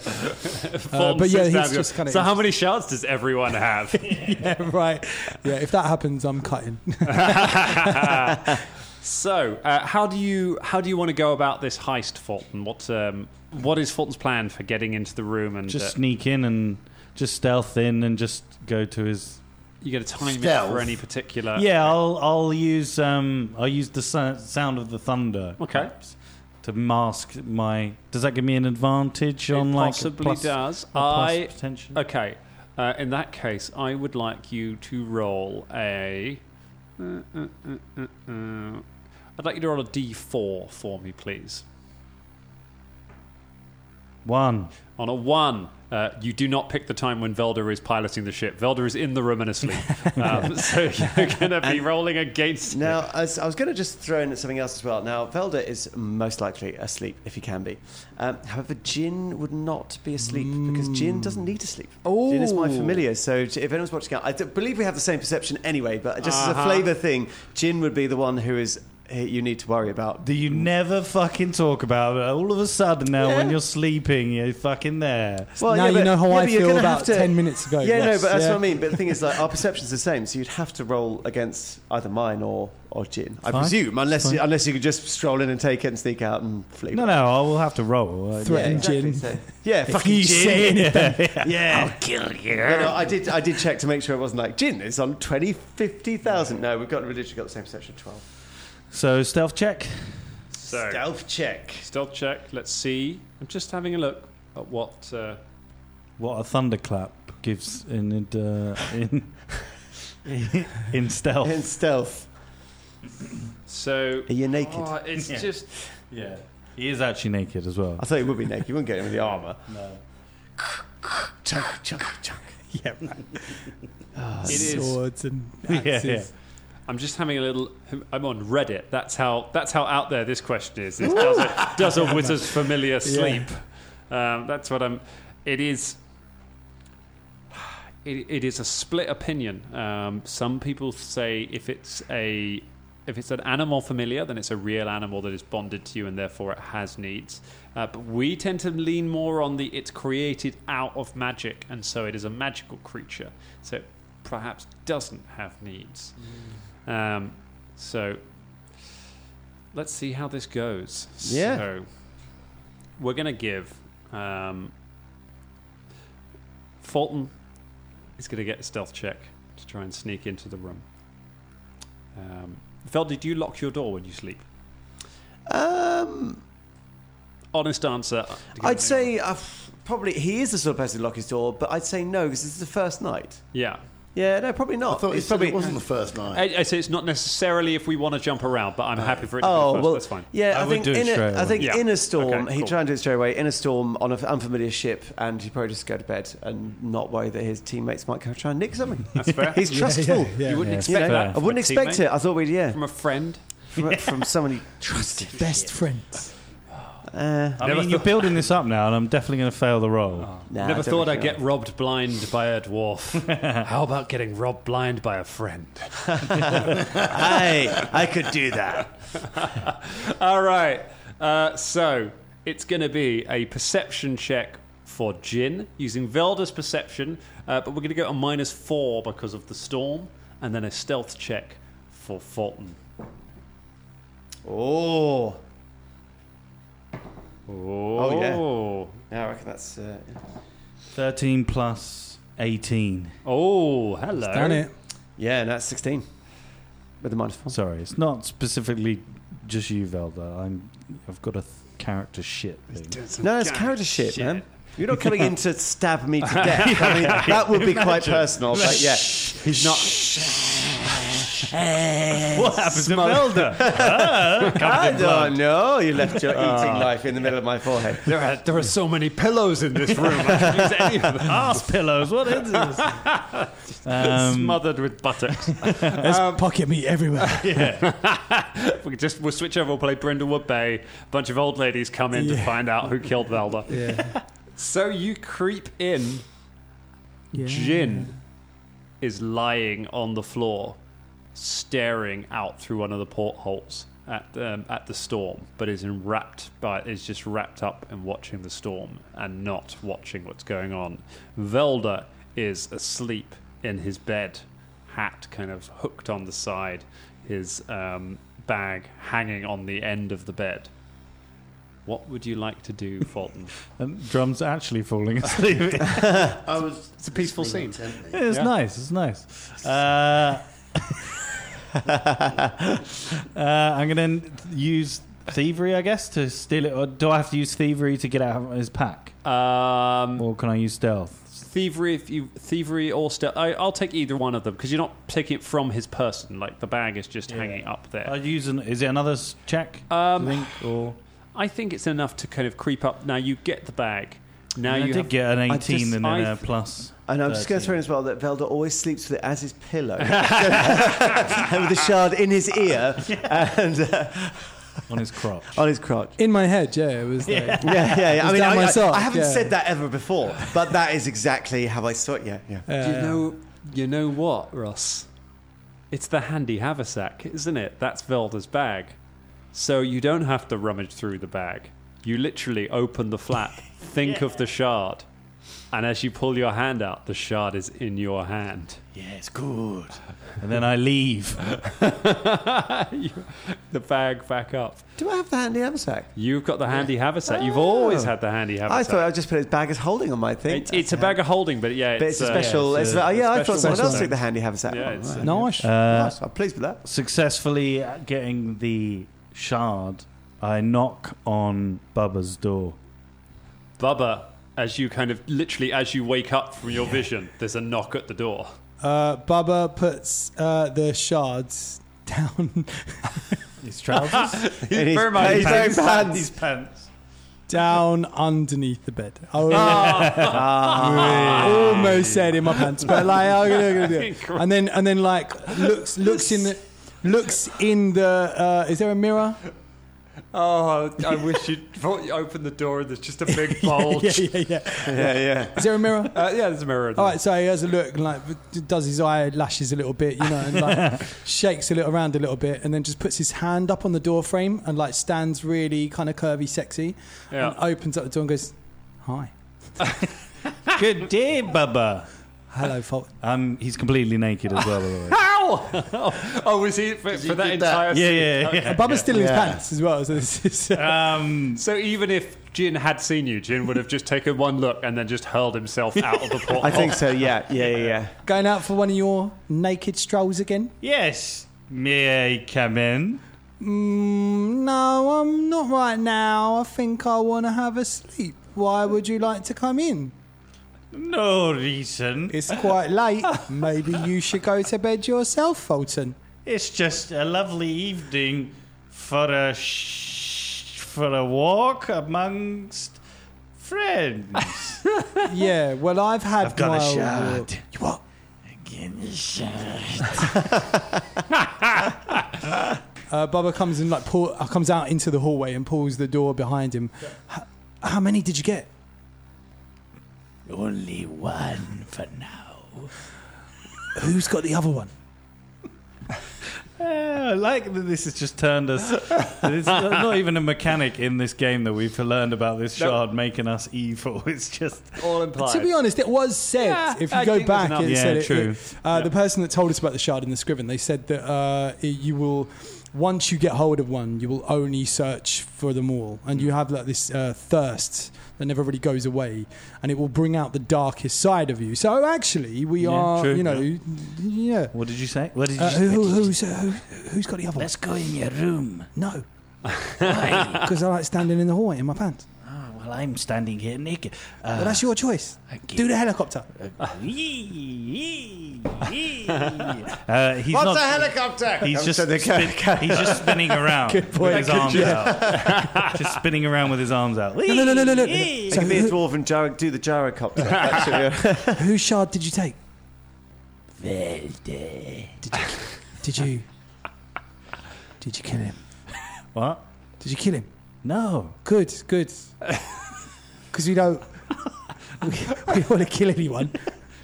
Uh, but yeah, he's just kind of. So how many shards does everyone have? yeah, right. Yeah, if that happens, I'm cutting. so uh, how do you how do you want to go about this heist, Fulton? What um, what is Fulton's plan for getting into the room and Just uh, sneak in and just stealth in and just go to his. you get a time it Stealth. for any particular? Yeah, I'll I'll use um I'll use the sou- sound of the thunder. Okay. perhaps, To mask my. Does that give me an advantage It on like possibly plus- does. a plus I- potential. Okay. Uh, in that case, I would like you to roll a. Uh, uh, uh, uh, uh. I'd like you to roll a d4 for me, please. One. On a one, uh, you do not pick the time when Velda is piloting the ship. Velda is in the room and asleep. um, so you're going to be rolling against. Now, as I was going to just throw in something else as well. Now, Velda is most likely asleep if he can be. Um, however, Jin would not be asleep because Jin doesn't need to sleep. Jin is my Ooh. familiar. So, j- if anyone's watching out, I d- believe we have the same perception anyway. But just as Uh-huh. a flavour thing, Jin would be the one who is eh, you need to worry about. That you Mm. never fucking talk about. All of a sudden now, when you're sleeping, you're fucking there. now you know how I but you're feel gonna about have to- 10 minutes ago. Yeah, Yes. no, but that's Yeah. what I mean. But the thing is, like, our perception's the same, so you'd have to roll against either mine or or Jin, I Fine. presume, unless Fine. you, unless you could just stroll in and take it and sneak out and flee. No, no, I will have to roll. I- Threaten Jin. so- yeah, If fucking you gin. say anything. yeah. I'll kill you. No, no, I did. I did check to make sure it wasn't like gin. It's on twenty fifty thousand. No, we've got we literally got the same perception. Twelve. So stealth check. So, Stealth check. stealth check. Let's see. I'm just having a look at what. Uh, What a thunderclap gives in it, uh, in in stealth. And stealth. so. Are you naked? Oh, it's just. Yeah, he is actually naked as well. I thought you would be naked. You wouldn't get in with the armor. It is. Swords and Yeah, axes. yeah. I'm just having a little. I'm on Reddit. That's how. That's how out there this question is. is does, a, does a wizard's familiar sleep? Um, that's what I'm. It is. It, it is a split opinion. Um, some people say if it's a if it's an animal familiar, then it's a real animal that is bonded to you and therefore it has needs. Uh, but we tend to lean more on the it's created out of magic and so it is a magical creature. So it perhaps doesn't have needs. Um, so let's see how this goes. Yeah. So we're going to give um, Fulton is going to get a stealth check to try and sneak into the room. Um, Veldy, do you lock your door when you sleep? Um, Honest answer. I'd uh, say uh, probably he is the sort of person who lock his door, but I'd say no because this is the first night. Yeah. Yeah, no, probably not. I thought it's it, said probably it wasn't the first night. I, I say it's not necessarily if we want to jump around, but I'm happy for it. To Oh be first. well, that's fine. yeah. I, I would think do it in straight a, I away. think Yeah. in a storm, Okay, he cool. tried to do it straight away. In a storm on an unfamiliar ship, and he probably just go to bed and not worry that his teammates might come try and nick something. That's fair. He's trustful. yeah. you wouldn't You expect know, that. I from wouldn't a expect teammate, it. I thought we'd yeah from a friend. from, from someone he trusted. Best friends. Uh, I Never mean, you're Ah. thought- building this up now, and I'm definitely going to fail the role. nah, Never I don't thought I'd think get robbed blind by a dwarf. How about getting robbed blind by a friend? I I could do that. All right. Uh, so it's going to be a perception check for Jin using Velda's perception, uh, but we're going to go a minus four because of the storm, and then a stealth check for Fulton. Oh, Oh, yeah. yeah, I reckon that's. Uh, 13 plus 18. Oh, hello. Done it. yeah, no, that's sixteen with the minus four. Sorry, it's not specifically just you, Velda. I'm, I've got a th- character shit thing. No, it's character shit, man. You're not coming in to stab me to death. I mean, that would be quite personal. But yeah, he's not. What happened to Velda? I don't know. You left your eating knife in the middle of my forehead. There are, there are so many pillows in this room. I can use any of them. Ass pillows, what is this? um, Smothered with buttocks. There's pocket meat everywhere. we just we'll switch over. We'll play Brindlewood Bay. A bunch of old ladies come in to Yeah. find out who killed Velda. yeah. So you creep in. yeah. Jin is lying on the floor, staring out through one of the portholes at um, at the storm, but is enwrapped by is just wrapped up in watching the storm and not watching what's going on. Velda is asleep in his bed, hat kind of hooked on the side, his um, bag hanging on the end of the bed. What would you like to do, Fulton? and Um, drums actually falling asleep. I was. it's a peaceful scene. It's Yeah. nice. It's nice. Uh, uh, I'm going to use thievery, I guess, to steal it. Or do I have to use thievery to get out of his pack, Um, or can I use stealth? thievery if you thievery or stealth I, i'll take either one of them because you're not taking it from his person like the bag is just hanging up I there use an. Is it another s- check? Um, do you think, or i think it's enough to kind of creep up now you get the bag now I you did have, get an 18 just- and then I- a plus. And I'm just going to 13. throw in as well that Velda always sleeps with it as his pillow, and with the shard in his ear and uh, on his crotch. on his crotch. In my head, yeah, it was like. Yeah, yeah, yeah. I It's mean, down I, my I- sock, I haven't yeah. said that ever before, but that is exactly how I saw it. Yeah, yeah. yeah, you uh, yeah. know you know what ross it's the handy haversack isn't it that's velda's bag so you don't have to rummage through the bag you literally open the flap think of the shard and as you pull your hand out the shard is in your hand Yeah, it's good. And then I leave. You- the bag back up. Do I have the handy haversack? You've got the handy haversack. You've always had the handy haversack. I thought I would just put his bag as holding on my thing. it's, it's a bag of holding, but yeah, it's, But it's a uh, special. yeah, it's it's a- a- oh, yeah, I special thought someone else one. took the handy haversack. Yeah, Oh, it's, right. uh, Nice. Uh, Nice. I'm pleased with that. successfully uh, getting the shard, I knock on Bubba's door. Bubba, as you kind of literally as you wake up from your vision, there's a knock at the door. Uh, Bubba puts uh, the shards down, His trousers? He's very very much he's wearing pants. His pants. down underneath the bed. Ah. I was- almost said in my pants, but like, I'm gonna, gonna do it. And then, and then, like, looks, looks in the, looks in the. Uh, is there a mirror? Oh, I wish you'd you open the door and there's just a big bulge. Uh, Yeah, yeah, yeah. yeah, yeah. Is there a mirror? yeah, there's a mirror. All right, so he has a look, and like does his eyelashes a little bit, you know, and like shakes a little around a little bit, and then just puts his hand up on the door frame and like stands really kind of curvy, sexy, Yeah. and opens up the door and goes, "Hi, Good day, Bubba. hello, fault." Um, he's completely naked as well, by the way. Ow! oh, was he for, for that did entire? that. Yeah, yeah, yeah. Bubba's still in his pants as well, so this is uh, Um, So even if Jin had seen you, Jin would have just taken one look and then just hurled himself out of the portal. I think so. Yeah, yeah, yeah. yeah. going out for one of your naked strolls again. yes, may I come in? Mm, no, I'm not right now. I think I want to have a sleep. Why would you like to come in? No reason. It's quite late. Maybe you should go to bed yourself, Fulton. It's just a lovely evening for a sh- for a walk amongst friends. Yeah, well, I've had I've got my a old shot. walk. You what? Give me a shot. Uh, Bubba comes and like pull, uh, comes out into the hallway and pulls the door behind him. "H- How, many did you get? Only one for now. Who's got the other one? I like that this has just turned us. It's not even a mechanic in this game that we've learned about this shard making us evil. It's just All implied. To be honest, it was said. Yeah, if you I go think there's back, enough. it Yeah, said it. true. it- uh, The person that told us about the shard in the Scriven, they said that uh, it- you will, once you get hold of one, you will only search for them all, and Mm. you have like this uh, thirst that never really goes away, and it will bring out the darkest side of you. So actually, we Yeah, are, true, you know, yeah. What did you say? What did you Uh, say? who, who- who's, uh, who, who's got the other one? Let's go in your room. No. Because I like standing in the hallway in my pants. Oh, well, I'm standing here naked. But Uh, Ah. that's your choice. okay. Do the helicopter. Yee, yee. Uh, he's What's not. a helicopter? He's just, said the spin- he's just spinning around with his arms out. just spinning around with his arms out. No, no, no, no, no, no. It So can be a who, dwarf and gyro- do the gyrocopter. Actually, whose shard did you take? Velde. Did you? Did you kill him? What? Did you kill him? No. Good, good. Because we don't. We, we don't want to kill anyone.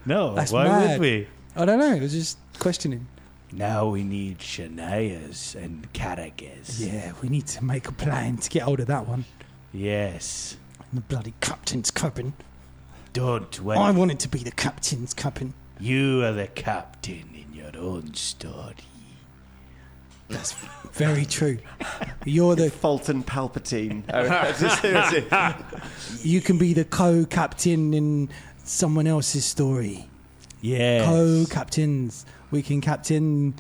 No. That's Why mad. would we? I don't know. I was just questioning. Now we need Shanias and Carragers. Yeah, we need to make a plan to get hold of that one. Yes. The bloody captain's cabin. Don't worry. I wanted to be the captain's cabin. You are the captain in your own story. That's very true. You're the Fulton Palpatine. Oh, seriously. You can be the co-captain in someone else's story. Yes. Co-captains. We can captain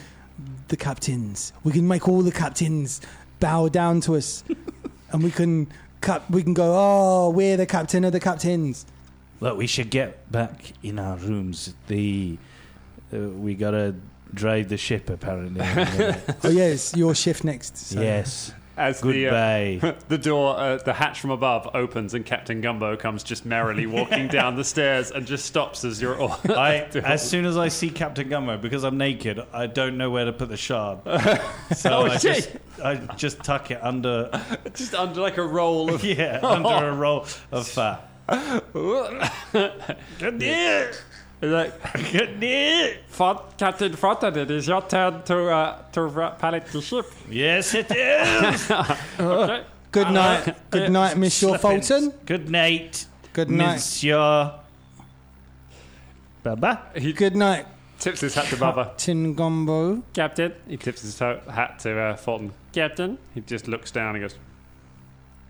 the captains. We can make all the captains bow down to us, and we can cap- We can go. Oh, we're the captain of the captains. Look, we should get back in our rooms. The uh, we gotta drive the ship apparently. Oh yeah, it's your shift next. So. yes. As the, uh, Goodbye. the door, uh, the hatch from above opens, and Captain Gumbo comes just merrily walking down the stairs and just stops as you're all. I, as soon as I see Captain Gumbo, because I'm naked, I don't know where to put the shard. So Oh, I, shit. just, I just tuck it under, just under like a roll of. yeah, under a roll of fat. Good day. Like, Good day. Fat, Captain Frotten, it is your turn to uh, to ra- pallet the ship. Yes, it is. Okay. Good night. Good night, Monsieur Fulton. Good night, Good night. Monsieur. Baba. Good night, Tips his hat to Baba. Tin Gumbo. Captain. He tips his to- hat to uh, Fulton. Captain. He just looks down and goes,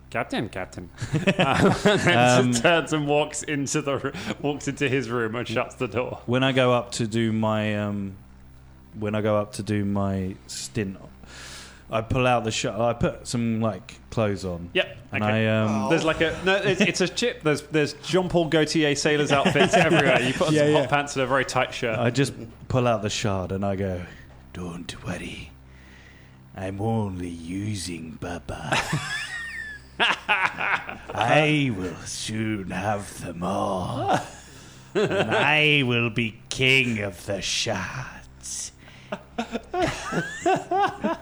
Captain, Captain. um, and then just turns and walks into the r- walks into his room and shuts the door. When I go up to do my, um, when I go up to do my stint, I pull out the shard. I put some like clothes on. Yep. And okay. I um, There's like a no. It's, it's a chip. There's there's Jean Paul Gaultier sailors outfits everywhere. You put on Yeah, some yeah. hot pants and a very tight shirt. I just pull out the shard and I go, Don't worry. I'm only using Baba. I will soon have them all. And I will be king of the shards. I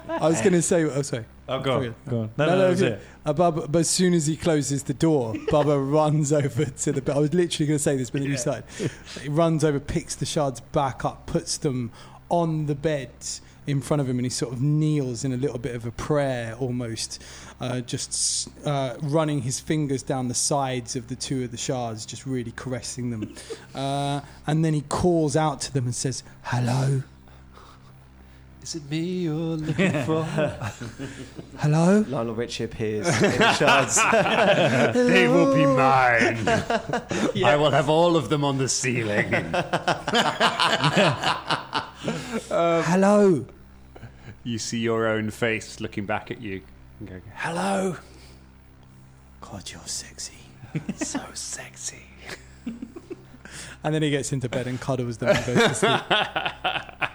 was going to say. Oh, sorry. "Oh, go Okay. on, go on." No, no, No, that no, was okay. it. Uh, Bubba, but as soon as he closes the door, Bubba runs over to the. I was literally going to say this, but then you started. He runs over, picks the shards back up, puts them on the bed in front of him, and he sort of kneels in a little bit of a prayer almost, uh, just s- uh, running his fingers down the sides of the two of the shards, just really caressing them. uh, and then he calls out to them and says, Hello, Is it me you're looking for? hello. Lionel Richie appears in the shards. They will be mine. I will have all of them on the ceiling. Hello. You see your own face looking back at you. And going, Hello. God, you're sexy. So sexy. And then he gets into bed and cuddles them and goes to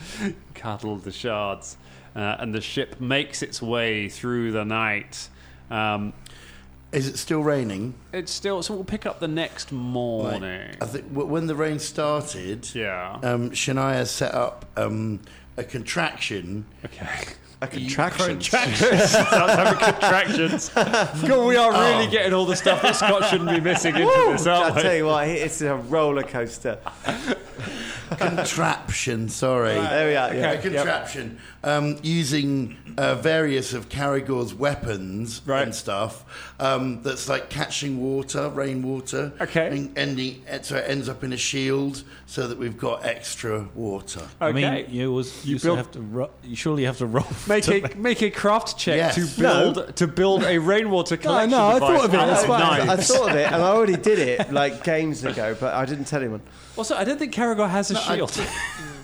sleep. Cuddle the shards, uh, and the ship makes its way through the night. Um, Is it still raining? it's still so we'll pick up the next Like, morning. I think w- when the rain started, Uh, yeah. um, Shania set up um, a contraction. okay. A contraction. Contractions. Sounds like contractions. God, we are really getting all the stuff that Scott shouldn't be missing into this, Oh, aren't I tell we? you what, it's a roller coaster. Contraption, sorry. There we are. A contraption um, using uh, various of Caragor's weapons Right. and stuff um, that's like catching water, rainwater. Okay. And ending, and so it ends up in a shield so that we've got extra water. Okay. I mean, you was You you, still built- have to. Ro- you surely have to roll. Make to a make a craft check Yes. to build to build a rainwater collection no, I device. thought of it, out that's why knives. I thought of it, and I already did it like games ago, but I didn't tell anyone. Also, I don't think Caragor has a shield.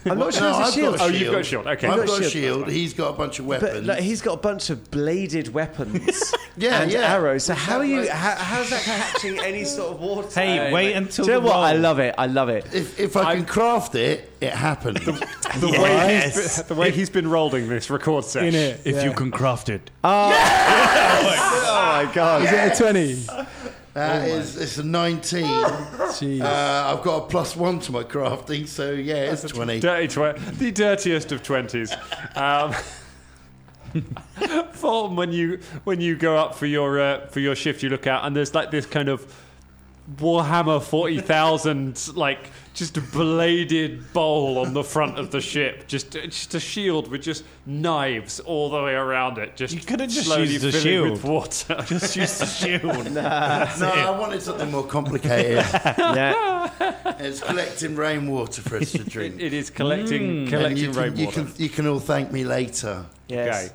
I'm not sure No, it's a I've shield. got Oh, you've got a shield, okay. I've You've got got a a shield, shield. He's got a bunch of But weapons. like, he's got a bunch of bladed weapons. Yeah, and yeah. arrows. So how are you? Exactly. How, how's that catching any sort of water? Hey, wait until Do you know the what? I roll. love it. I love it. if, if I can craft it, it happened. the, way he's been, the way he's been rolling this record set. in it. If yeah. you can craft it, Oh my god! Is it a 20? That is, it's a 19. uh, Jeez. I've got a plus one to my crafting, so yeah, it's 20. Dirty twen- the dirtiest of twenties. Um, Fulton, when you when you go up for your uh, for your shift, you look out and there's like this kind of Warhammer forty thousand like just a bladed bowl on the front of the ship, just just a shield with just knives all the way around it. Just You could've just slowly used a filling shield. with water. just use the shield. No, I wanted something more complicated. Yeah. it's collecting rainwater for us to drink. it is Mm. collecting And collecting you can, you, rainwater. can, you can all thank me later. Yes. Okay.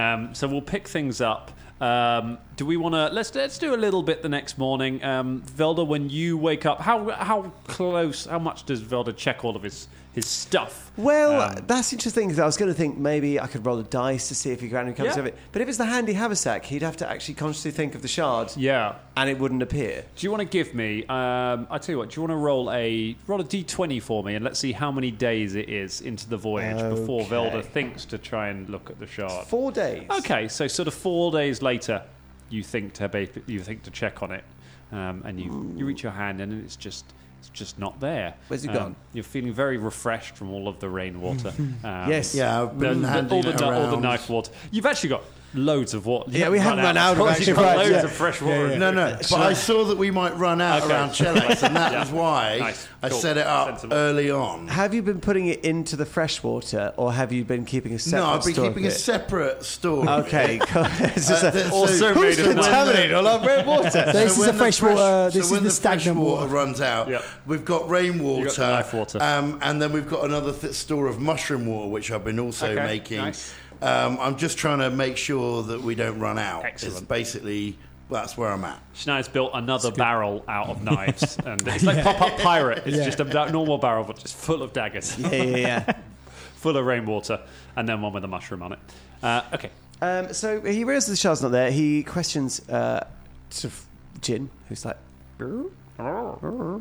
Um, so we'll pick things up. Um, do we want to let's let's do a little bit the next morning, um, Velda? When you wake up, how how close? How much does Velda check all of his his stuff? Well, Um, that's interesting because I was going to think maybe I could roll a dice to see if he randomly comes Yeah. of it. But if it's the handy haversack, he'd have to actually consciously think of the shard, Yeah. and it wouldn't appear. Do you want to give me? Um, I tell you what. Do you want to roll a roll a d twenty for me, and let's see how many days it is into the voyage before Velda thinks to try and look at the shard. Four days. Okay, so sort of four days later, you think to ba- you think to check on it, um, and you you reach your hand and it's just it's just not there. Where's it Um, gone? You're feeling very refreshed from all of the rainwater. um, Yes. Yeah, I've the- been the- handing all the it nu- all the around. knife water. You've actually got loads of water. You Yeah, we haven't run out of You've actual got water, loads yeah. of fresh water. in No, it. no, but I saw that we might run out Okay. around Chellax, and that Yeah. was why Nice. I Cool. set it up Sensible. early on. Have you been putting it into the fresh water, or have you been keeping a separate? No, I've been store of keeping a it? separate store. Okay, cool. It's just Uh, a- th- so- Also made of contaminated all our red water. This is when the the freshwater. uh, fresh- this so is when the the fresh stagnant water water. runs out, Yep. we've got rainwater, You've got the knife water. Um, and then we've got another th- store of mushroom water, which I've been also Okay, making. nice. Um, I'm just trying to make sure that we don't run out. It's Excellent. basically that's where I'm at. Schneid's built another barrel out of knives, and it's like pop-up pirate. It's just a da- normal barrel, but just full of daggers, yeah, yeah, yeah. full of rainwater, and then one with a mushroom on it. Uh, okay, Um, so he realizes the shard's not there. He questions uh, sort of Jin, who's like, Oh.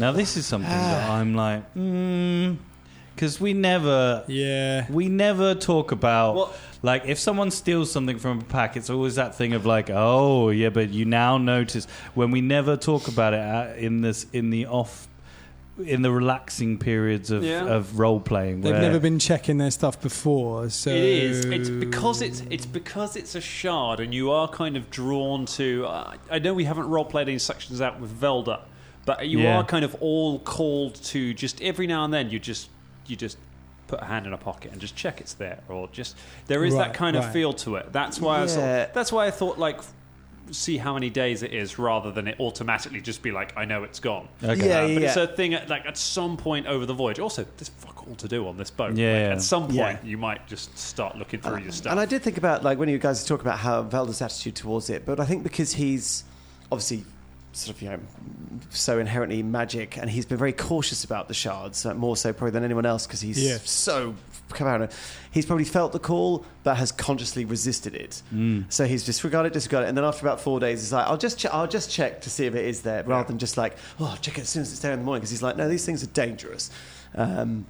Now this is something that I'm like, because we never, Yeah. we never talk about Well- like if someone steals something from a pack, it's always that thing of like, oh yeah, but you now notice when we never talk about it uh, in this in the off in the relaxing periods of, Yeah. of role playing. They've where- never been checking their stuff before, so It is. It's because it's it's because it's a shard, and you are kind of drawn to. Uh, I know we haven't role played any sections out with Velda, but you Yeah. are kind of all called to just every now and then. You just you just put a hand in a pocket and just check it's there, or just there is Right, that kind right. of feel to it. That's why I sort of- Yeah. that's why I thought like see how many days it is rather than it automatically just be like I know it's gone. Okay. yeah, Uh, yeah, but yeah. it's a thing at, like at some point over the voyage. Also, there's fuck all to do on this boat. Yeah, Like, yeah. At some point, Yeah. Uh, you might just start looking through your stuff. And I did think about like when you guys talk about how Velda's attitude towards it, but I think because he's obviously sort of you know so inherently magic, and he's been very cautious about the shards, like, more so probably than anyone else because he's Yeah. so come out. He's probably felt the call, but has consciously resisted it. So he's disregarded, disregarded, and then after about four days, he's like, "I'll just, che- I'll just check to see if it is there," rather than just like, "Oh, I'll check it as soon as it's there in the morning," because he's like, "No, these things are dangerous," um,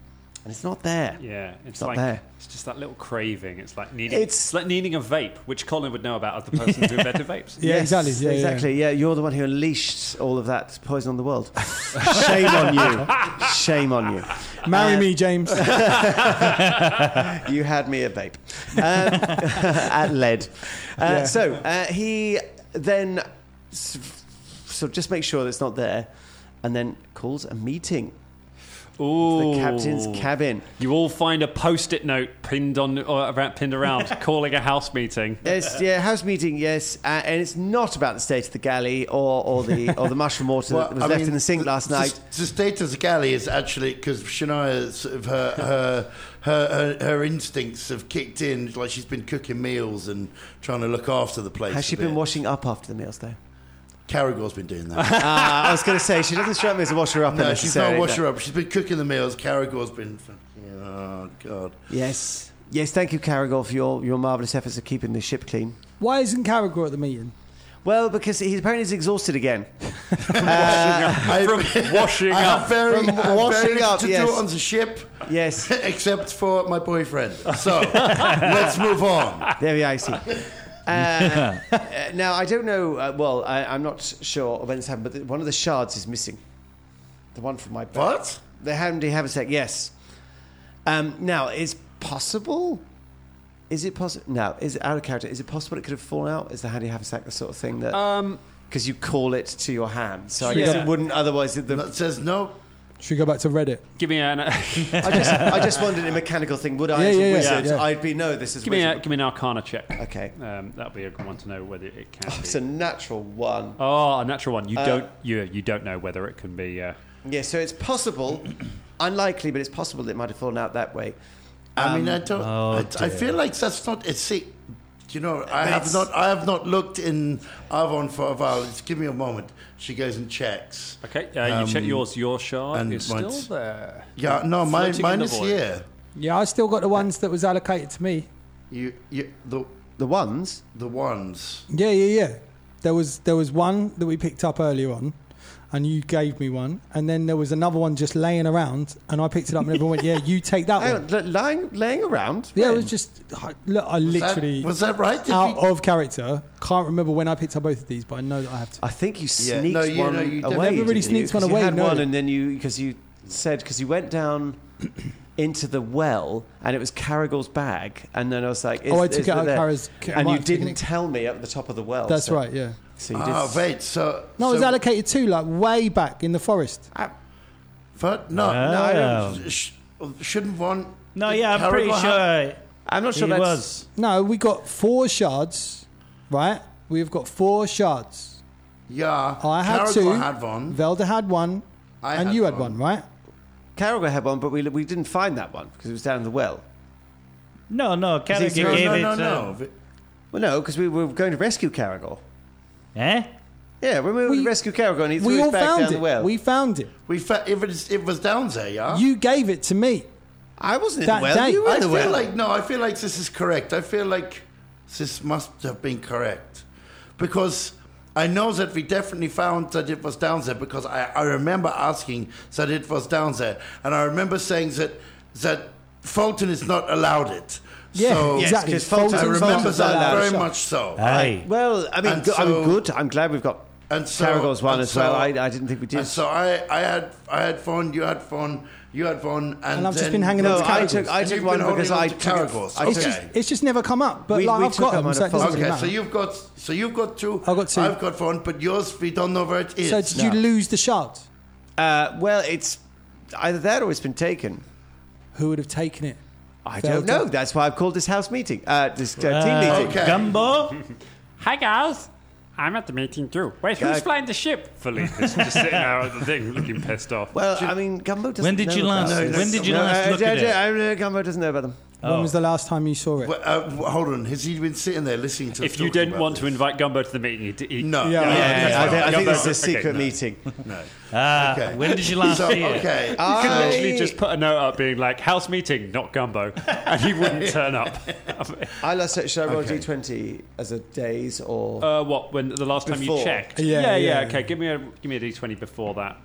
and it's not there. Yeah, it's not like there. it's just that little craving. It's like needing It's- it's, like needing a vape, which Colin would know about as the person who invented vapes. Yeah, exactly. Yeah, yeah. exactly. Yeah. you're the one who unleashed all of that poison on the world. Shame on you. Shame on you. Marry Uh, me, James. You had me at vape. Um, at lead. Uh, So uh, he then s- so just make sure that it's not there, and then calls a meeting. Ooh, The captain's cabin. You all find a post-it note pinned on or around, pinned around, calling a house meeting. Yes, yeah, house meeting. Yes, uh, and it's not about the state of the galley or, or the or the mushroom water that was I left mean, in the sink last the- night. The state of the galley is actually because Shania, sort of her, her her her her instincts have kicked in. Like she's been cooking meals and trying to look after the place. Has she a been bit. washing up after the meals though? Carragor's been doing that. Uh, I was going to say she doesn't strike me as a washer up. no, she's not washer up. She's been cooking the meals. Carragor's been. fucking- Oh God. Yes. Yes, thank you, Caragor, for your, your marvellous efforts of keeping the ship clean. Why isn't Caragor at the meeting? Well, because he apparently is exhausted again. Uh, I, washing I up. Have very, From I have washing very little up, to yes. do on the ship. Yes, Except for my boyfriend. So let's move on. there we are, I see. Uh, uh, now, I don't know, uh, well, I, I'm not sure when this happened, but the, one of the shards is missing. The one from my boat. What? The handy haversack, yes. Um, now, is possible? Is it possible? No, is it out of character? Is it possible it could have fallen out? Is the handy haversack the sort of thing that. Um, because you call it to your hand, so I Sure. guess Yeah. it wouldn't otherwise. The, That says no. Should we go back to Reddit? give me an I just, I just wondered a mechanical thing. Would I, Yeah, as a yeah, yeah, wizard, yeah. I'd be no. This is give me a, wizard. give me an Arcana check. okay. Um, that'll be a good one to know whether it can. It's be. a natural one. Oh, a natural one. Uh, You don't you you don't know whether it can be. Uh, Yeah, so it's possible, unlikely, but it's possible that it might have fallen out that way. I mean, I don't. I, I feel like that's not a see. You know, I have not. I have not looked in Avon for a while. Just give me a moment. She goes and checks. okay, uh, you check yours. Your shard Um, and is still mine's- there. Yeah, no, mine, Floating in mine the is void. here. Yeah, I still got the ones that was allocated to me. You, you, the The ones. the ones. Yeah, yeah, yeah. There was there was one that we picked up earlier on, and you gave me one, and then there was another one just laying around, and I picked it up, and everyone went, "Yeah, you take that Hang one." on, li- lying, laying around. Yeah, it was just I- look. I literally that, was that right? Did out we- of character. Can't remember when I picked up both of these, but I know that I have to. I think you Yeah, sneaked no, you- one no, you away. definitely- Never really didn't you? sneaked one 'Cause away, You had no. one, and then you because you said because you went down. Into the well, and it was Carragor's bag, and then I was like, is, Oh, I took is it it out of there? Carragor's- and might you have taken didn't it. tell me at the top of the well. That's so- right. Yeah. So you did. Ah, wait. So No, it was so, allocated too, like way back in the forest. But no, no, I don't, sh- shouldn't one? No, yeah, I'm Carragher pretty have- sure I'm not sure he that's was. No, we got four shards, right? We've got four shards. Yeah, Oh, I had Carragher two. had one. Velda had one, I and had you had one, one. right? Carragher had one, but we, we didn't find that one because it was down in the well. No, no, Carragher No, no, gave no, it. no, uh, no. V- Well, no, because we were going to rescue Carragher. Eh? Yeah, when we were We- going to rescue Carragher and he threw We his all back found down it. the well. We found it. We fa- if it, is, it was down there, yeah. You gave it to me. I wasn't in That the well. day- You were I in the feel well. like no. I feel like this is correct. I feel like this must have been correct because I know that we definitely found that it was down there because I, I remember asking that it was down there, and I remember saying that that Fulton is not allowed it. Yeah, so exactly. 'cause Fulton- I Fulton's Uh, remember not that allowed very a shot. much so. Aye. well, I mean, And go- so- I'm good. I'm glad we've got And so Carragher's one and as so- well. I, I didn't think we did. And so I, I had I had fun, you had fun, you had fun, and, And I've just then- been hanging on no, to I Carragher's. took, I And took you've one been because I holding took on to it- Carragher's. I It's took just- it. It's just never come up. But We- like, we I've took got that them, one so at it doesn't first. really Okay, matter. so you've got so you've got two. I've got two. I've got one, but yours we don't know where it is. so did you lose the shard? Uh, well, it's either that or it's been taken. Who would have taken it? I Fair don't to- know. That's why I've called this house meeting, uh, this uh, team Ah. meeting. okay. Gumbo? Hi guys. I'm at the meeting too. Wait, who's Uh, flying the ship? Felipe is just sitting there at the thing, looking pissed off. Well, I mean, Gumbo doesn't When did know you about last- this. when did you No, last I- look I- at it? I- I- Gumbo doesn't know about them. When was the last time you saw it? Well, uh, w- hold on, has he been sitting there listening to? us If you talking didn't about want this? to invite Gumbo to the meeting, he'd- he, no, Yeah. Yeah, no, I, that's not- think, I think this is a Okay, secret no. meeting. no. Ah, Okay. Uh, when did you last So, see it? okay, Uh, You can I- literally just put a note up being like, house meeting, not Gumbo. And he wouldn't turn up. I last checked. Should I roll Okay. d20 as a days or? uh, what, when the last time Before. you checked? Yeah, yeah, yeah, Okay, yeah. give me a give me a D twenty before that.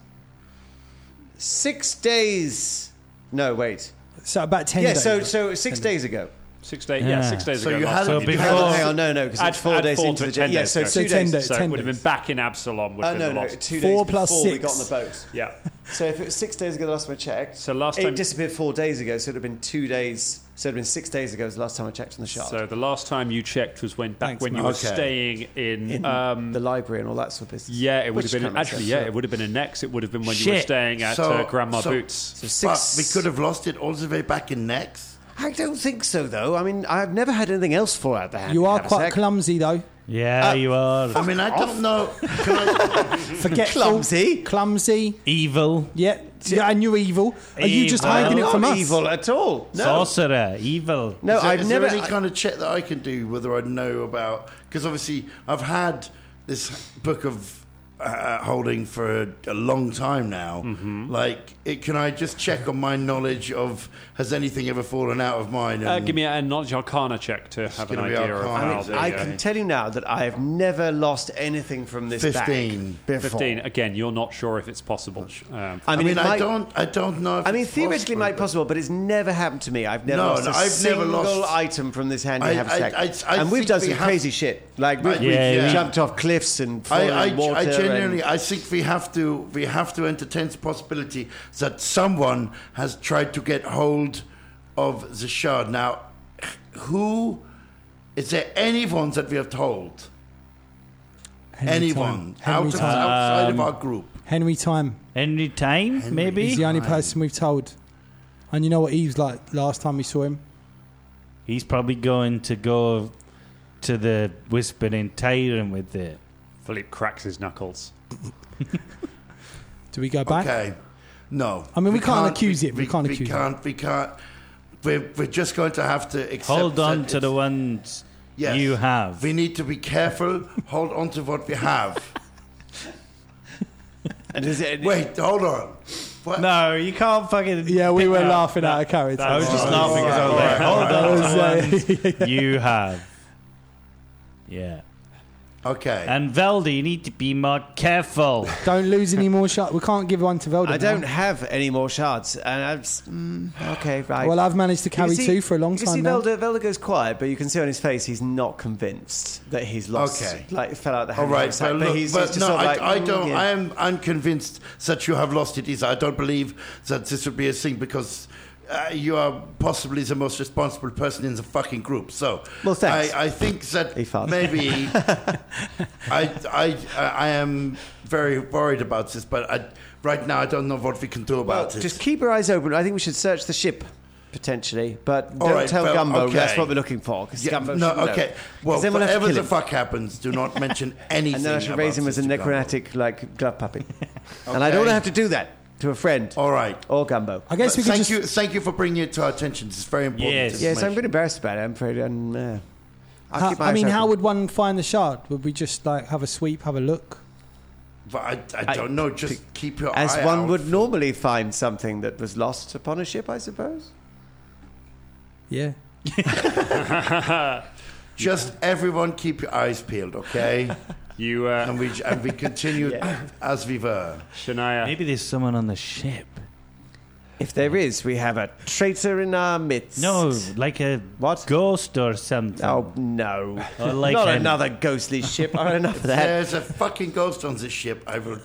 six days. No, wait. So about ten Yeah, days. so so six days ago. Six days yeah, Yeah. six days So ago. you last had time. it So you before- Hang had on, it- hang on, no, no, because Add- it's four add days four into to the ten journey. Yeah, days so ago. two So ten days. days. so it would have been back in Absalom Oh within no, the no, last two days Four before plus we got on the six. boat. Yeah. So if it was six days ago, the last time I checked, So last it time- disappeared four days ago. So it'd have been two days. So it'd have been six days ago. Was the last time I checked on the shard. So the last time you checked was when back Thanks, when you Matt. were Okay. staying in, in um, the library and all that sort of business. yeah, it would Which have been can't make actually sense, yeah, it would have been in next. It would have been when you were Shit. staying at So- uh, Grandma so- Boots. So Fuck, six. we could have lost it all the way back in next. I don't think so, though. I mean, I've never had anything else fall out of the hand. you are Have a quite sec. clumsy though. Yeah, you I are mean, I don't know. Can I, Forgetful, clumsy. clumsy. evil Yeah, yeah, and you're evil. Are you just Evil. hiding I'm it not from us? evil at all. No, sorcerer, evil. no, is there, I've is never. There any I- kind of check that I can do whether I know about? Because obviously, I've had this book of uh, holding for a, a long time now. Mm-hmm. Like, it, can I just check on my knowledge of has anything ever fallen out of mine? Uh, and- give me a knowledge arcana check to have an Um, gonna be idea of arcana. how I I, mean, the, I uh, can tell you now that I have never lost anything from this bag 15. before. 15 again you're not sure if it's possible um, I I mean, mean, it I might- don't. I don't know. If I mean, it's theoretically, it might be possible, possible, but it's never happened to me. I've never No, lost no, a I've never single lost- item from this handy I- haversack. I- I- I and we've think done we some have- crazy shit. Like, we've, I- we- Yeah, yeah. jumped off cliffs and I, fallen I, in water. I genuinely, and- I think we have to, we have to entertain the possibility that someone has tried to get hold of the shard. Now, who is there? Anyone that we have told? Henry anyone Time. Henry Um, out of, time. outside of our group? Henry time. Any time, He's maybe? the only person we've told. And you know what Eve's like last time we saw him? He's probably going to go to the Whispering Tyrant with it. Philippe cracks his knuckles Do we go back? Okay, no. I mean, we can't accuse it, we can't we accuse it. can't. We can't. We're, we're just going to have to accept. Hold on that to the it's- ones Yes. you have. We need to be careful. hold on to what we have. and is it, Wait, hold on. What? No, you can't fucking. Yeah, we pick were that. laughing at our character. uh, I was just laughing Alright, because I was like, hold on alright, to the ones you have. Yeah. Okay. And Veldy, you need to be more careful. Don't lose any more shots. We can't give one to Velda. I don't now. have any more shards. And I've, s- mm, okay, right. Well, I've managed to You carry see- two for a long you time see now. Velda, Velda goes quiet, but you can see on his face he's not convinced that he's lost. Okay. Like, fell out the All hand. right, but, uh, but, look, he's, but he's just no, sort of I, like, I mm, don't. yeah. I am unconvinced that you have lost it either. I don't believe that this would be a thing because uh, you are possibly the most responsible person in the fucking group. So, Well, thanks. I, I think that He farted. maybe I, I, I am very worried about this, but I, right now I don't know what we can do Well, about it. just keep your eyes open. I think we should search the ship potentially, but don't right, tell well, Gumbo okay. that's what we're looking for. 'cause Yeah, Gumbo no, should know. okay. 'Cause Well, then we'll have to whatever kill the him. fuck happens, do not mention anything. And then I should about raise him this as a to Gumbo. necromantic like glove puppet. And I don't want to Okay. have to do that to a friend All right. or Gumbo. I guess we could thank just. you, thank you for bringing it to our attention. It's very important. Yes. Yes, I'm a information. bit embarrassed about it. I'm afraid. And uh, I'll how- keep my I eyes mean, how open. would one find the shard? Would we just like have a sweep, have a look? But I, I don't know. Just keep your as eye one out. would normally find something that was lost upon a ship, I suppose. Yeah. Just everyone keep your eyes peeled, okay? you uh, and we and we continue as we were. Shania Maybe there's someone on the ship. If there is, we have a traitor in our midst. No, like a What? ghost or something. Oh no! Or like Not an- another ghostly ship. Or enough of that. There's a fucking ghost on this ship. I will.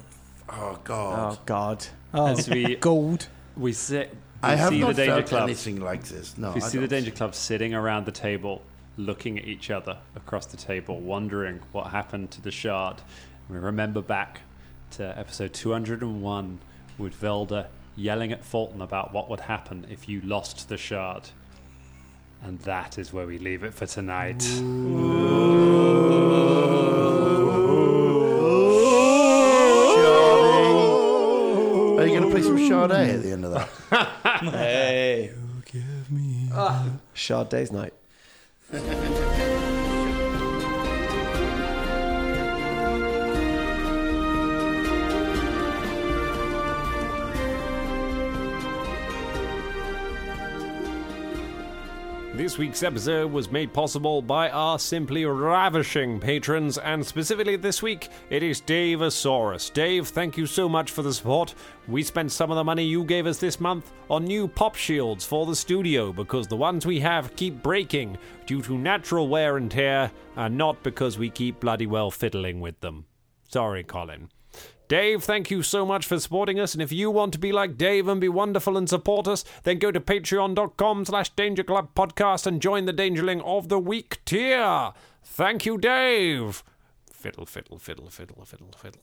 Oh God. Oh God! Oh, As we- gold. we sit I have see not the danger felt club anything like this. No. we I see the don't. danger club sitting around the table looking at each other across the table wondering what happened to the shard we remember back to episode 201 with Velda yelling at Fulton about what would happen if you lost the shard and that is where we leave it for tonight Are you going to play some Sade at the end of that? Hey. Give me. Shard Day's Night. This week's episode was made possible by our simply ravishing patrons, and specifically this week, it is Dave Asaurus. Dave, thank you so much for the support. We spent some of the money you gave us this month on new pop shields for the studio because the ones we have keep breaking due to natural wear and tear, and not because we keep bloody well fiddling with them. Sorry, Colin. Dave, thank you so much for supporting us, and if you want to be like Dave and be wonderful and support us, then go to patreon.com slash danger club podcast and join the Dangerling of the Week tier. Thank you, Dave. Fiddle, fiddle, fiddle, fiddle, fiddle, fiddle.